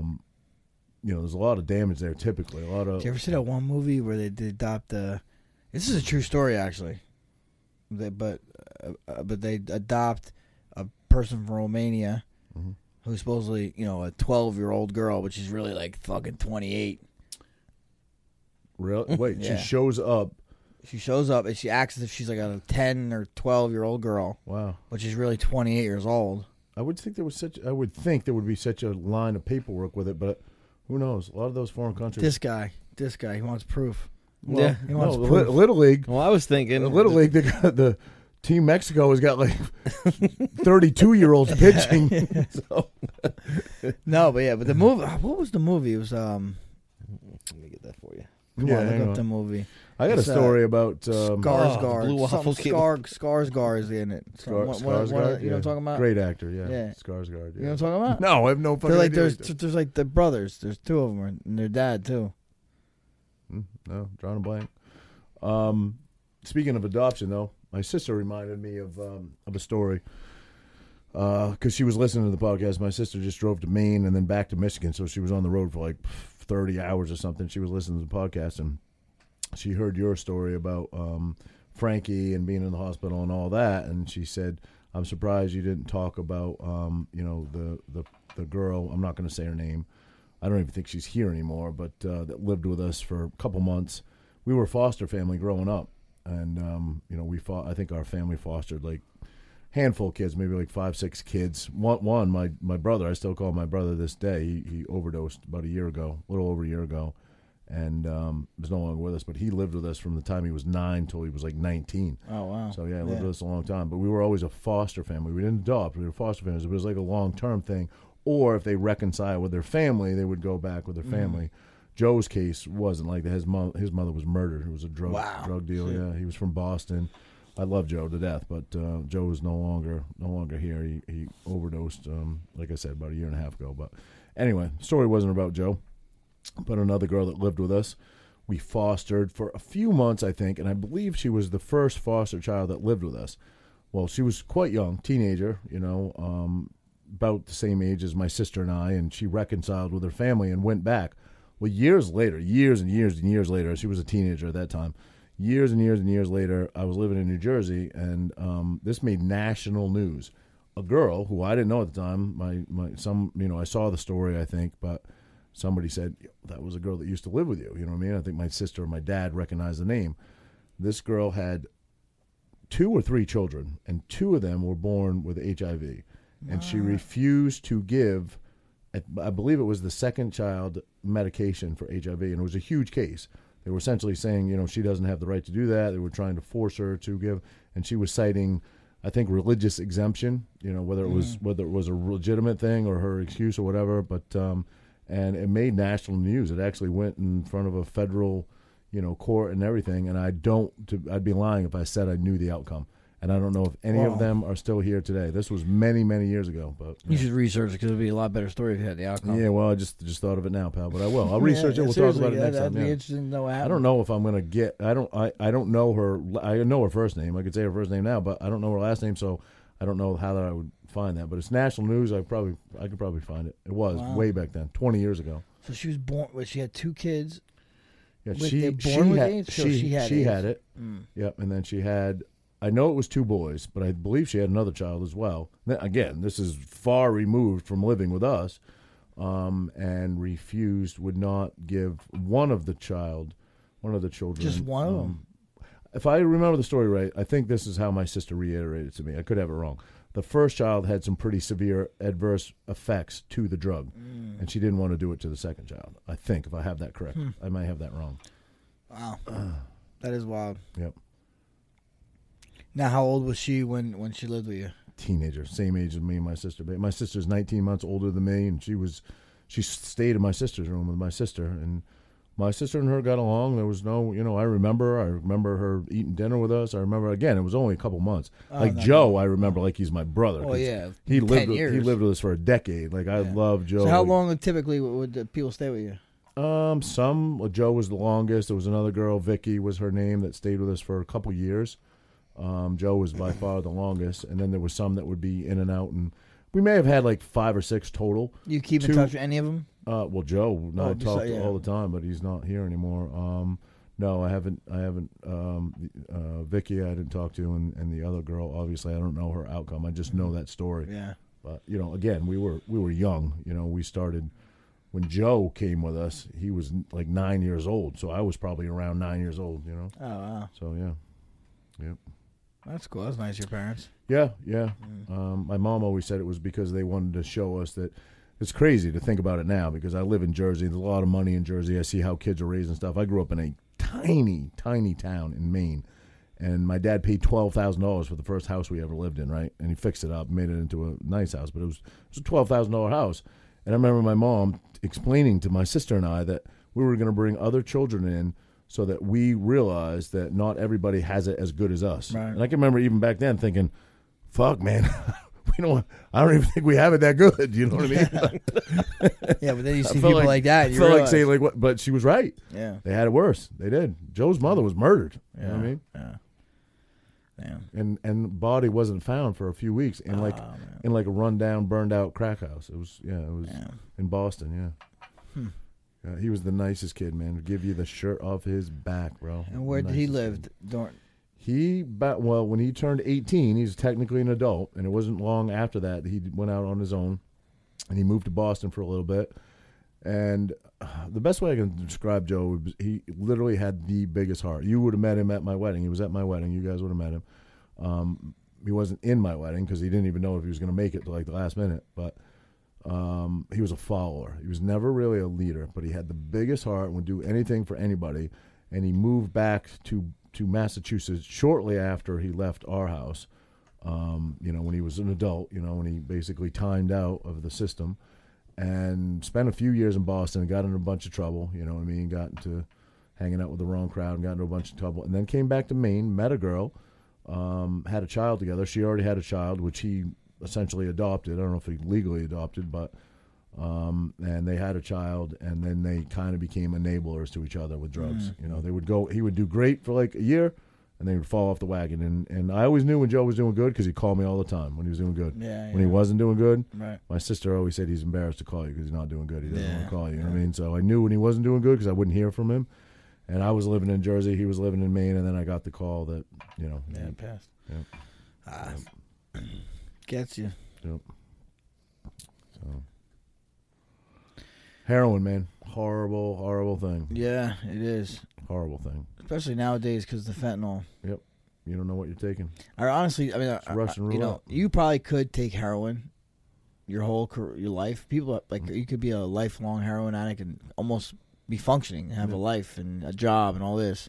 you know, there's a lot of damage there. Typically, a lot of Did you ever see that one movie where they did adopt a? This is a true story, actually. Mm-hmm. They, but uh, uh, but they adopt a person from Romania who's supposedly you know a 12 year old girl, but she's really like fucking 28. Really? Wait, Yeah. she shows up. She shows up and she acts as if she's like a 10 or 12 year old girl, Wow. but she's really 28 years old. I would think there was such. I would think there would be such a line of paperwork with it, but who knows? A lot of those foreign countries. This guy, this guy, he wants proof. well, yeah. He wants no, the proof. Lit- Little League. Well, I was thinking The Little League. They got the Team Mexico has got like thirty-two year olds pitching. so No, but yeah, but the movie. uh, What was the movie? It was um. Let me get that for you. Come yeah, on, hang look up on. the movie. I got a It's, uh, story about um, Skarsgård. Blue Waffle Something Kid. Scar Skarsgård's in it. Skar- Some- one- one- one of Skarsgård, the- you know what I'm yeah. talking about? Great actor, yeah. Yeah. Skarsgård. Yeah. You know what I'm talking about? No, I have no fucking They're like idea. there's there's like the brothers. There's two of them and their dad too. Mm, no, drawing a blank. Um, speaking of adoption, though, my sister reminded me of um, of a story because she was listening to the podcast. My sister just drove to Maine and then back to Michigan, so she was on the road for like thirty hours or something. She was listening to the podcast and she heard your story about um, Frankie and being in the hospital and all that, and she said, "I'm surprised you didn't talk about um, you know the the the girl. I'm not going to say her name. I don't even think she's here anymore, but uh, that lived with us for a couple months. We were a foster family growing up, and um, you know we fought. I think our family fostered like handful of kids, maybe like five, six kids. One, one my, my brother, I still call my brother this day. He, he overdosed about a year ago, a little over a year ago, and um, was no longer with us. But he lived with us from the time he was nine till he was like 19. Oh wow. So yeah, I lived with us a long time. But we were always a foster family. We didn't adopt. We were foster families. It was like a long term thing. Or if they reconcile with their family, they would go back Mm-hmm. with their family. Joe's case wasn't like that. His mom, his mother was murdered. It was a drug Wow. drug deal. Yeah, he was from Boston. I love Joe to death, but uh, Joe is no longer no longer here. He he overdosed. Um, like I said, about a year and a half ago. But anyway, story wasn't about Joe but another girl that lived with us. We fostered for a few months, I think, and I believe she was the first foster child that lived with us. Well, she was quite young, teenager, you know, um, about the same age as my sister and I, and she reconciled with her family and went back. Well, years later, years and years and years later, she was a teenager at that time. Years and years and years later, I was living in New Jersey, and um, this made national news. A girl who I didn't know at the time, my, my some, you know, I saw the story, I think, but somebody said that was a girl that used to live with you. You know what I mean? I think my sister or my dad recognized the name. This girl had two or three children, and two of them were born with HIV, and she refused to give. I believe it was the second child medication for HIV, and it was a huge case. They were essentially saying, you know, she doesn't have the right to do that. They were trying to force her to give, and she was citing, I think, religious exemption. You know, whether it was whether it was a legitimate thing or her excuse or whatever. But um, and it made national news. It actually went in front of a federal you know, court and everything. And I don't, to, I'd be lying if I said I knew the outcome. And I don't know if any Wow. of them are still here today. This was many, many years ago, but You should research because it'd be a lot better story if you had the outcome. yeah. Well, I just just thought of it now, pal. But I will. I'll research it. We'll talk about it next that'd time. be yeah. interesting to know I don't know if I'm gonna get. I don't. I, I don't know her. I know her first name. I could say her first name now, but I don't know her last name, so I don't know how that I would find that. But it's national news. I probably I could probably find it. It was Wow. way back then, 20 years ago. So she was born. Well, she had two kids. Yeah, Wait, she they're born she with had AIDS, she, or she had she AIDS? had it. Yep, and then she had. I know it was two boys, but I believe she had another child as well. Then- Again, this is far removed from living with us, um, and refused would not give one of the child, one of the children, Just one of um, them. if I remember the story right, I think this is how my sister reiterated it to me. I could have it wrong. The first child had some pretty severe adverse effects to the drug, and she didn't want to do it to the second child. I think, if I have that Hmm. correct, I might have that wrong. Wow, that is wild. Yep, Now, how old was she when when she lived with you? teenager, same age as me and my sister. But My sister's 19 months older than me, and she was she stayed in my sister's room with my sister, and my sister and her got along. There was no, you know, I remember, I remember her eating dinner with us. I remember again, it was only a couple months. like Oh, no, Joe, I remember like he's my brother. Oh, 'cause yeah, he 10 lived with, he years. lived with us for a decade. Like I love Joe. So how Like, long typically would, would the people stay with you? um, some well, Joe was the longest. There was another girl, Vicky was her name, that stayed with us for a couple years. Um, Joe was by far the longest, and then there was some that would be in and out, and we may have had like five or six total. You keep Two- in touch with any of them? Uh, well, Joe and Oh, I besi- talked yeah. all the time, but he's not here anymore. Um, no, I haven't. I haven't. Um, Mm-hmm. uh, Vicky, I didn't talk to, and, and the other girl, obviously, I don't know her outcome. I just know that story. Yeah. But you know, again, we were we were young. You know, we started when Joe came with us. He was like nine years old, so I was probably around nine years old. You know, Oh wow, so yeah, yep. that's cool. That's nice. of Your parents. Yeah, yeah. Um, my mom always said it was because they wanted to show us that it's crazy to think about it now because I live in Jersey. There's a lot of money in Jersey. I see how kids are raised and stuff. I grew up in a tiny, tiny town in Maine, and my dad paid twelve thousand dollars for the first house we ever lived in, right? And he fixed it up, made it into a nice house, but it was it was a twelve thousand dollar house. And I remember my mom explaining to my sister and I that we were going to bring other children in so that we realized that not everybody has it as good as us. Right. And I can remember even back then thinking, "Fuck, man." We don't. I don't even think we have it that good. You know what I mean? Yeah, but then you see felt people like, that. I You felt like realize- saying like what, but she was right. yeah, They had it worse. They did. Joe's mother was murdered. You know what I Yeah. mean? yeah, damn. And and body wasn't found for a few weeks in like Oh, man. in like a rundown, burned out crack house. It was yeah, it was Damn. in Boston. Hmm. Yeah. Yeah, he was the nicest kid, man. Would give you the shirt off his back, bro. And where did he Nicest live? kid. During, He ba- well, when he turned eighteen, he's technically an adult, and it wasn't long after that that he went out on his own, and he moved to Boston for a little bit. And uh, the best way I can describe Joe, was he literally had the biggest heart. You would have met him at my wedding. He was at my wedding. You guys would have met him. Um, he wasn't in my wedding because he didn't even know if he was going to make it to like the last minute. But um, he was a follower. He was never really a leader, but he had the biggest heart and would do anything for anybody. And he moved back to to Massachusetts shortly after he left our house. Um, you know, when he was an adult, you know, when he basically timed out of the system and spent a few years in Boston, got into a bunch of trouble, you know what I mean? Got into hanging out with the wrong crowd and got into a bunch of trouble. And then came back to Maine, met a girl, um, had a child together. She already had a child, which he essentially adopted. I don't know if he legally adopted, but um, and they had a child, and then they kind of became enablers to each other with drugs. Mm. You know, they would go. He would do great for like a year, and they would fall off the wagon. And and I always knew when Joe was doing good because he called me all the time when he was doing good. Yeah, When he yeah. wasn't doing good, right. my sister always said he's embarrassed to call you because he's not doing good. He doesn't want Yeah, to call you. You know what I mean? So I knew when he wasn't doing good because I wouldn't hear from him. And I was living in Jersey. He was living in Maine. And then I got the call that, you know, Yeah, it passed. Yep. Ah, gets you. Yep. So. Heroin, man. Horrible, horrible thing. Yeah, it is. Horrible thing. Especially nowadays because the fentanyl. Yep. You don't know what you're taking. I honestly, I mean, I- I- Russian you know, roulette. you probably could take heroin your whole career, your life. People like Mm. you could be a lifelong heroin addict and almost be functioning and have a life and a job and all this.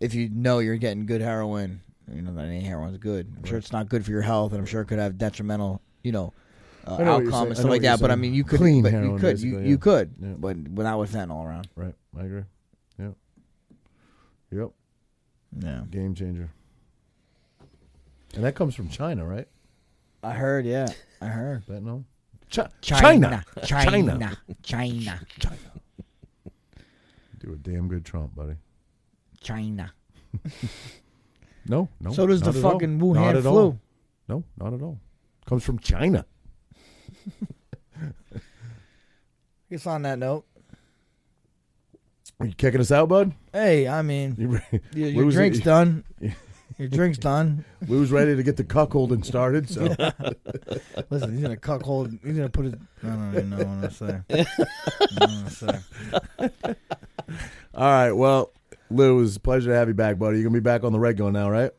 If you know you're getting good heroin, you know that any heroin's good. I'm sure it's not good for your health, and I'm sure it could have detrimental, you know, uh, I know what you're saying. outcome I and know stuff like what you're that. But I saying. mean, you could, Clean but you heroin, could, you, basically, yeah. you could, Yeah. but without with fentanyl around, Right. I agree. Yep. Yep. yeah. Game changer. And that comes from China, right? I heard, yeah, I heard. Fentanyl? Chi- China, China, China. Do a damn good Trump, buddy. China. No, no. So does the not at all. fucking Not Wuhan at flu. all. No, not at all. Comes from China. It's on that note. Are you kicking us out, bud? Hey, I mean, You re- your, your Lose it. drink's done. Your drink's done. we was ready to get the cuckolding started, so Listen, he's gonna cuck hold. He's gonna put his. I don't even know what to say. I don't know what to say. All right. Well, Lou, it was a pleasure to have you back, buddy. You're gonna be back on the red go now, right?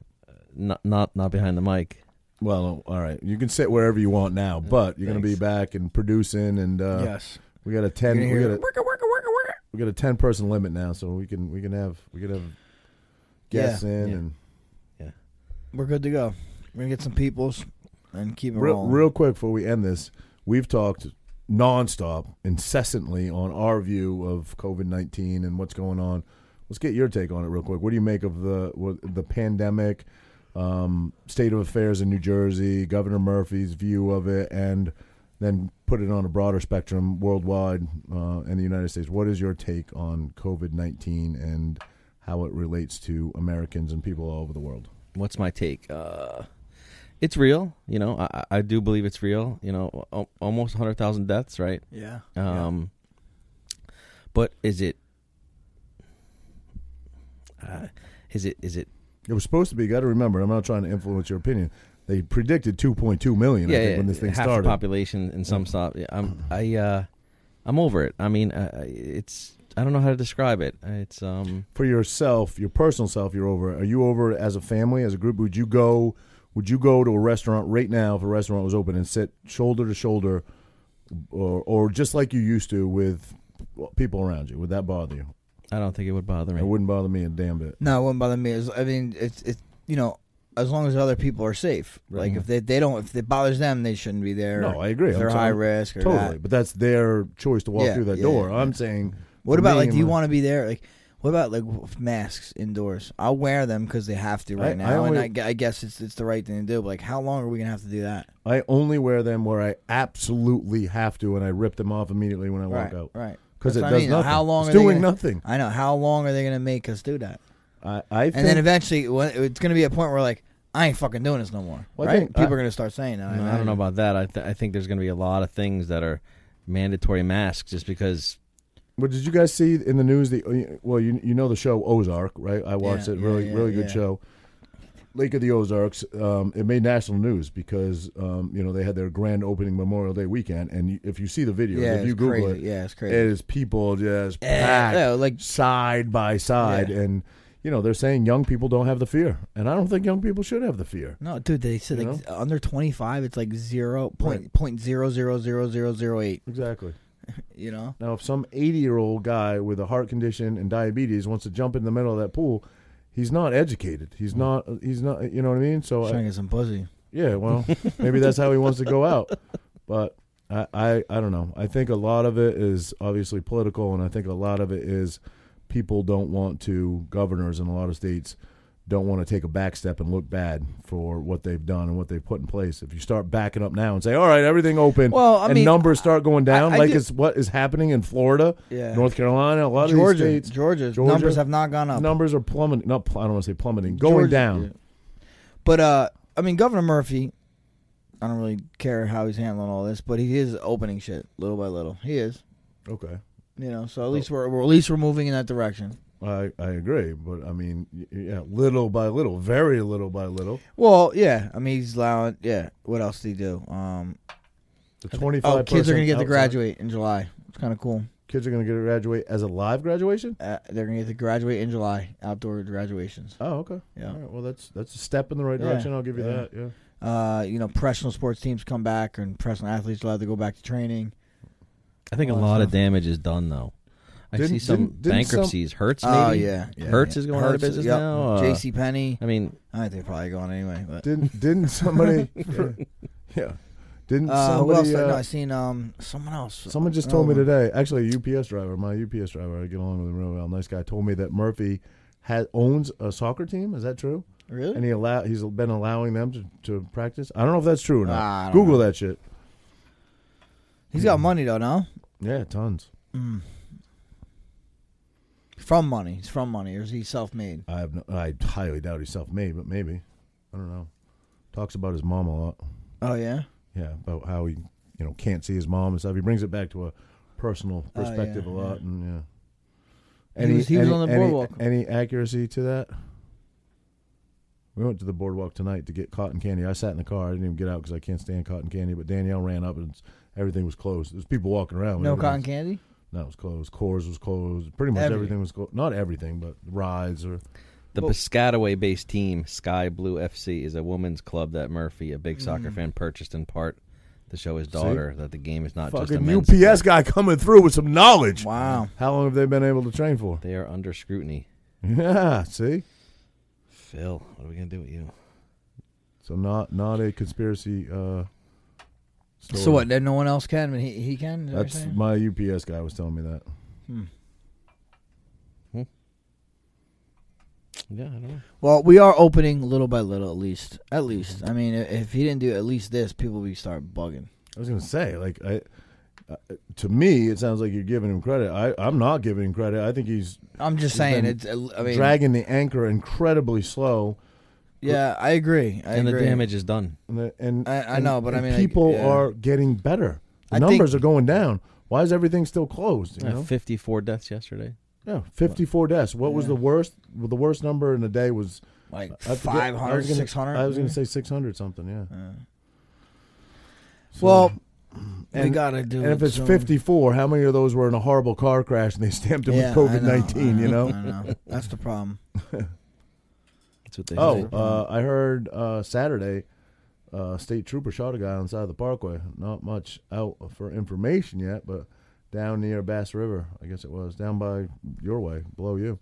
Not not not behind the mic. Well, all right. You can sit wherever you want now, Mm, but you're gonna be Thanks. back and producing, and uh, yes. we got a You ten. gonna We hear got a, it? Wicka, wicka, wicka, wicka. we got a ten person limit now, so we can we can have we can have guests in Yeah. and We're good to go. We're gonna get some peoples and keep it real, rolling. real quick before we end this, we've talked nonstop, incessantly on our view of COVID nineteen and what's going on. Let's get your take on it real quick. What do you make of the what, the pandemic, um, state of affairs in New Jersey, Governor Murphy's view of it, and then put it on a broader spectrum worldwide uh, in the United States. What is your take on COVID nineteen and how it relates to Americans and people all over the world? what's my take? Uh, it's real, you know. I, I- I do believe it's real. You know, al- almost hundred thousand deaths, right? Yeah. Um, but is it? Uh, is it? Is it? It was supposed to be. Got to remember, I'm not trying to influence your opinion. They predicted 2.2 million. I yeah, think, yeah, when this thing half started. Uh-huh. the population and some stop. Yeah, I'm I uh, I'm over it. I mean, uh, it's I don't know how to describe it. It's um for yourself, your personal self, you're over. it. Are you over it as a family, as a group? Would you go? Would you go to a restaurant right now if a restaurant was open and sit shoulder to shoulder, or or just like you used to with people around you? Would that bother you? I don't think it would bother me. It wouldn't bother me a damn bit. No, it wouldn't bother me. As- I mean, it's it's you know, as long as other people are safe. Right. Like if they they don't if it bothers them, they shouldn't be there. No, I agree. If they're I'm high telling- risk or Totally, that. but that's their choice to walk Yeah, through that yeah, door. yeah. I'm saying, What for about me like? and Do you my- want to be there? Like, what about like w- masks indoors? I'll wear them because they have to right I- now, I and only- I, gu- I guess it's it's the right thing to do. But like, how long are we gonna have to do that? I only wear them where I absolutely have to, and I rip them off immediately when I right, walk out right. because That's it what I does mean. nothing. How long It's are they doing gonna- nothing. I know. How long are they gonna make us do that? I, I think And then eventually, when- it's gonna be a point where like, I ain't fucking doing this no more. Well, I right? think- People I- are gonna start saying that. No, I don't know about that. I th- I think there's going to be a lot of things that are mandatory masks just because Well, did you guys see in the news the uh, well you you know the show Ozark right? I watched Yeah, it really yeah, really yeah, good yeah. show. Lake of the Ozarks. Um, it made national news because um, you know they had their grand opening Memorial Day weekend, and you, if you see the videos, Yeah, if you it's Google it, crazy. Yeah, it's it crazy. is people just Eh, packed yeah, like- side by side, Yeah. and you know they're saying young people don't have the fear, and I don't think young people should have the fear. No, dude, they said You like under twenty five, it's like zero point Right. point zero zero zero zero zero eight. Exactly. You know, Now, if some 80 year old guy with a heart condition and diabetes wants to jump in the middle of that pool, he's not educated. He's not, he's not, you know what I mean? So, trying to I, get some pussy. yeah, well, maybe that's how he wants to go out. But I, I, I don't know. I think a lot of it is obviously political, and I think a lot of it is people don't want to, governors in a lot of states don't want to take a back step and look bad for what they've done and what they've put in place. If you start backing up now and say, all right, everything open, Well, I and mean, numbers start going down, I like do- it's what is happening in Florida, Yeah. North Carolina, a lot Georgia, of these states, Georgia, Georgia, numbers have not gone up. numbers are plummeting. Not, pl- I don't want to say plummeting, going Georgia- down. yeah. But uh, I mean, Governor Murphy, I don't really care how he's handling all this, but he is opening shit little by little. He is, Okay, you know. So at least we're, we're at least we're moving in that direction. I, I agree, but I mean, y- yeah, little by little, very little by little. Well, yeah. I mean, he's allowing. Yeah. What else did he do? Um, The twenty five oh, kids are gonna get to graduate in July. It's kind of cool. Kids are going to get to graduate as a live graduation. Uh, they're gonna get to graduate in July. Outdoor graduations. Oh, okay. Yeah. All right. Well, that's that's a step in the right Yeah, direction. I'll give you yeah. that. Yeah. Uh, you know, professional sports teams come back, and professional athletes allowed to go back to training. I think a Well, lot that's of damage is done though. uh-huh. I Didn't- see some didn't- didn't some- bankrupties. Hertz maybe. Oh yeah, yeah Hertz yeah. is going out of business yep. now. Uh, J.C. Penney. I mean, I think they're probably going anyway. But Didn't didn't somebody? yeah. yeah. Didn't Uh, who else? somebody? no, uh, I seen um someone else. Someone just Oh, told me today. Actually, a UPS driver, my UPS driver, I get along with him real well. Nice guy. Told me that Murphy has owns a soccer team. Is that true? Really? And he allow he's been allowing them to, to practice. I don't know if that's true or not. Ah, I don't Google know. that shit. He's got money though, no? Yeah, tons. From money. He's from money, or is he self-made? I have no, I highly doubt he's self made, but maybe I don't know. Talks about his mom a lot. Oh yeah. Yeah, about how he you know can't see his mom and stuff. He brings it back to a personal Oh, yeah, perspective a lot, yeah. and yeah. He was- he was on the any- boardwalk. Any, accuracy to that? We went to the boardwalk tonight to get cotton candy. I sat in the car. I didn't even get out because I can't stand cotton candy. But Danielle ran up and s- everything was closed. There's people walking around. but No everything cotton was- candy. No, it was closed. Coors was closed. Pretty much Everything. everything was closed. Not everything, but rides or the Well- Piscataway-based team Sky Blue FC is a women's club that Murphy, a big soccer Mm. fan, purchased in part to show his daughter that the game is not just a fucking men's. UPS guy coming through with some knowledge. Wow. How long have they been able to train for? They are under scrutiny. Yeah, see. Phil, what are we gonna do with you? So not not a conspiracy. Uh, story. So what? then No one else can, but he he can. is that what That's you're saying? my UPS guy was telling me that. Yeah, I don't know. well, we are opening little by little, at least. At least. I mean, i- if he didn't do at least this, people would start bugging. I was gonna say like I. Uh, to me, it sounds like you're giving him credit. I, I'm not giving him credit. I think he's I'm just saying. been It's. I mean, dragging the anchor incredibly slow, yeah, I agree. I and agree. the damage is done. and the- and I- I and- know, but I and mean, like, people yeah. are getting better. The I think- numbers are going down. Why is everything still closed? You Uh, know, Fifty-four deaths yesterday. yeah, 54 deaths. What was the Yeah. worst? Well, the worst number in a day was Like I forget- I was 500, gonna- 600. I was going to say 600 something, yeah. Uh, So- well, we and- gotta do. and if it's some- 54, how many of those were in a horrible car crash and they stamped them Yeah, I with know, COVID 19, I you know? I know. That's the problem. That's what they Oh, say. uh, I heard uh, Saturday, uh, state trooper shot a guy on the side of the parkway. Not much out for information yet, but down near Bass River, I guess it was down by your way, below you.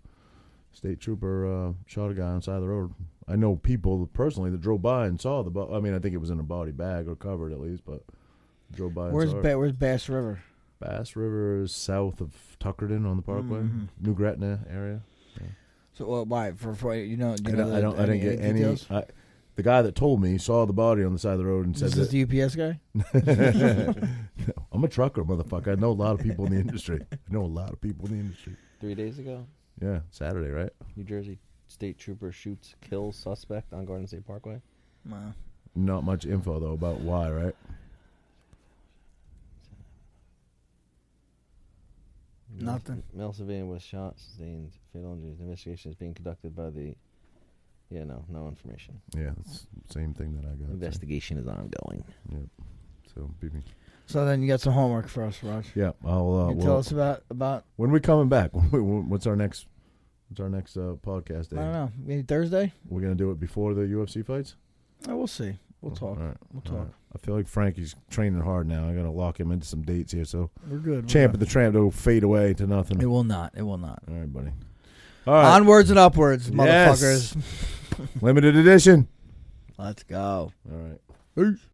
State trooper uh, shot a guy on the side of the road. I know people personally that drove by and saw the. Bo- I mean, I think it was in a body bag or covered at least, but drove by. Where's and saw it. ba- Where's Bass River? Bass River is south of Tuckerton on the Parkway, Mhm. New Gretna area. So uh, why for, for you know? do I you don't. know I, don't, I didn't get any. details? I, the guy that told me saw the body on the side of the road and said, This is that, the UPS guy. "I'm a trucker, motherfucker. I know a lot of people in the industry. I know a lot of people in the industry." Three days ago, Yeah, Saturday, right? New Jersey state trooper shoots kills suspect on Garden State Parkway. Wow. Not much info though about why, right? Nothing. Male civilian was shot, sustained fatal injuries. The investigation is being conducted by the. Yeah, no, no information. Yeah, it's the same thing that I got. so, Investigation is ongoing. So, beep me. So then you got some homework for us, Raj. yeah, I'll. Uh, you we'll- tell us about about when we coming back? When we, what's our next? What's our next uh, podcast? I don't Day? know maybe Thursday. We're gonna do it before the UFC fights. Oh, we'll see. We'll All talk. right. We'll All talk. right. I feel like Frankie's training hard now. I gotta lock him into some dates here. So We're good. We're champ of good. the tramp will fade away to nothing. It All will not. It will not. right, buddy. All right, Onwards and upwards, Yes. motherfuckers. limited edition. Let's go. All right. Peace.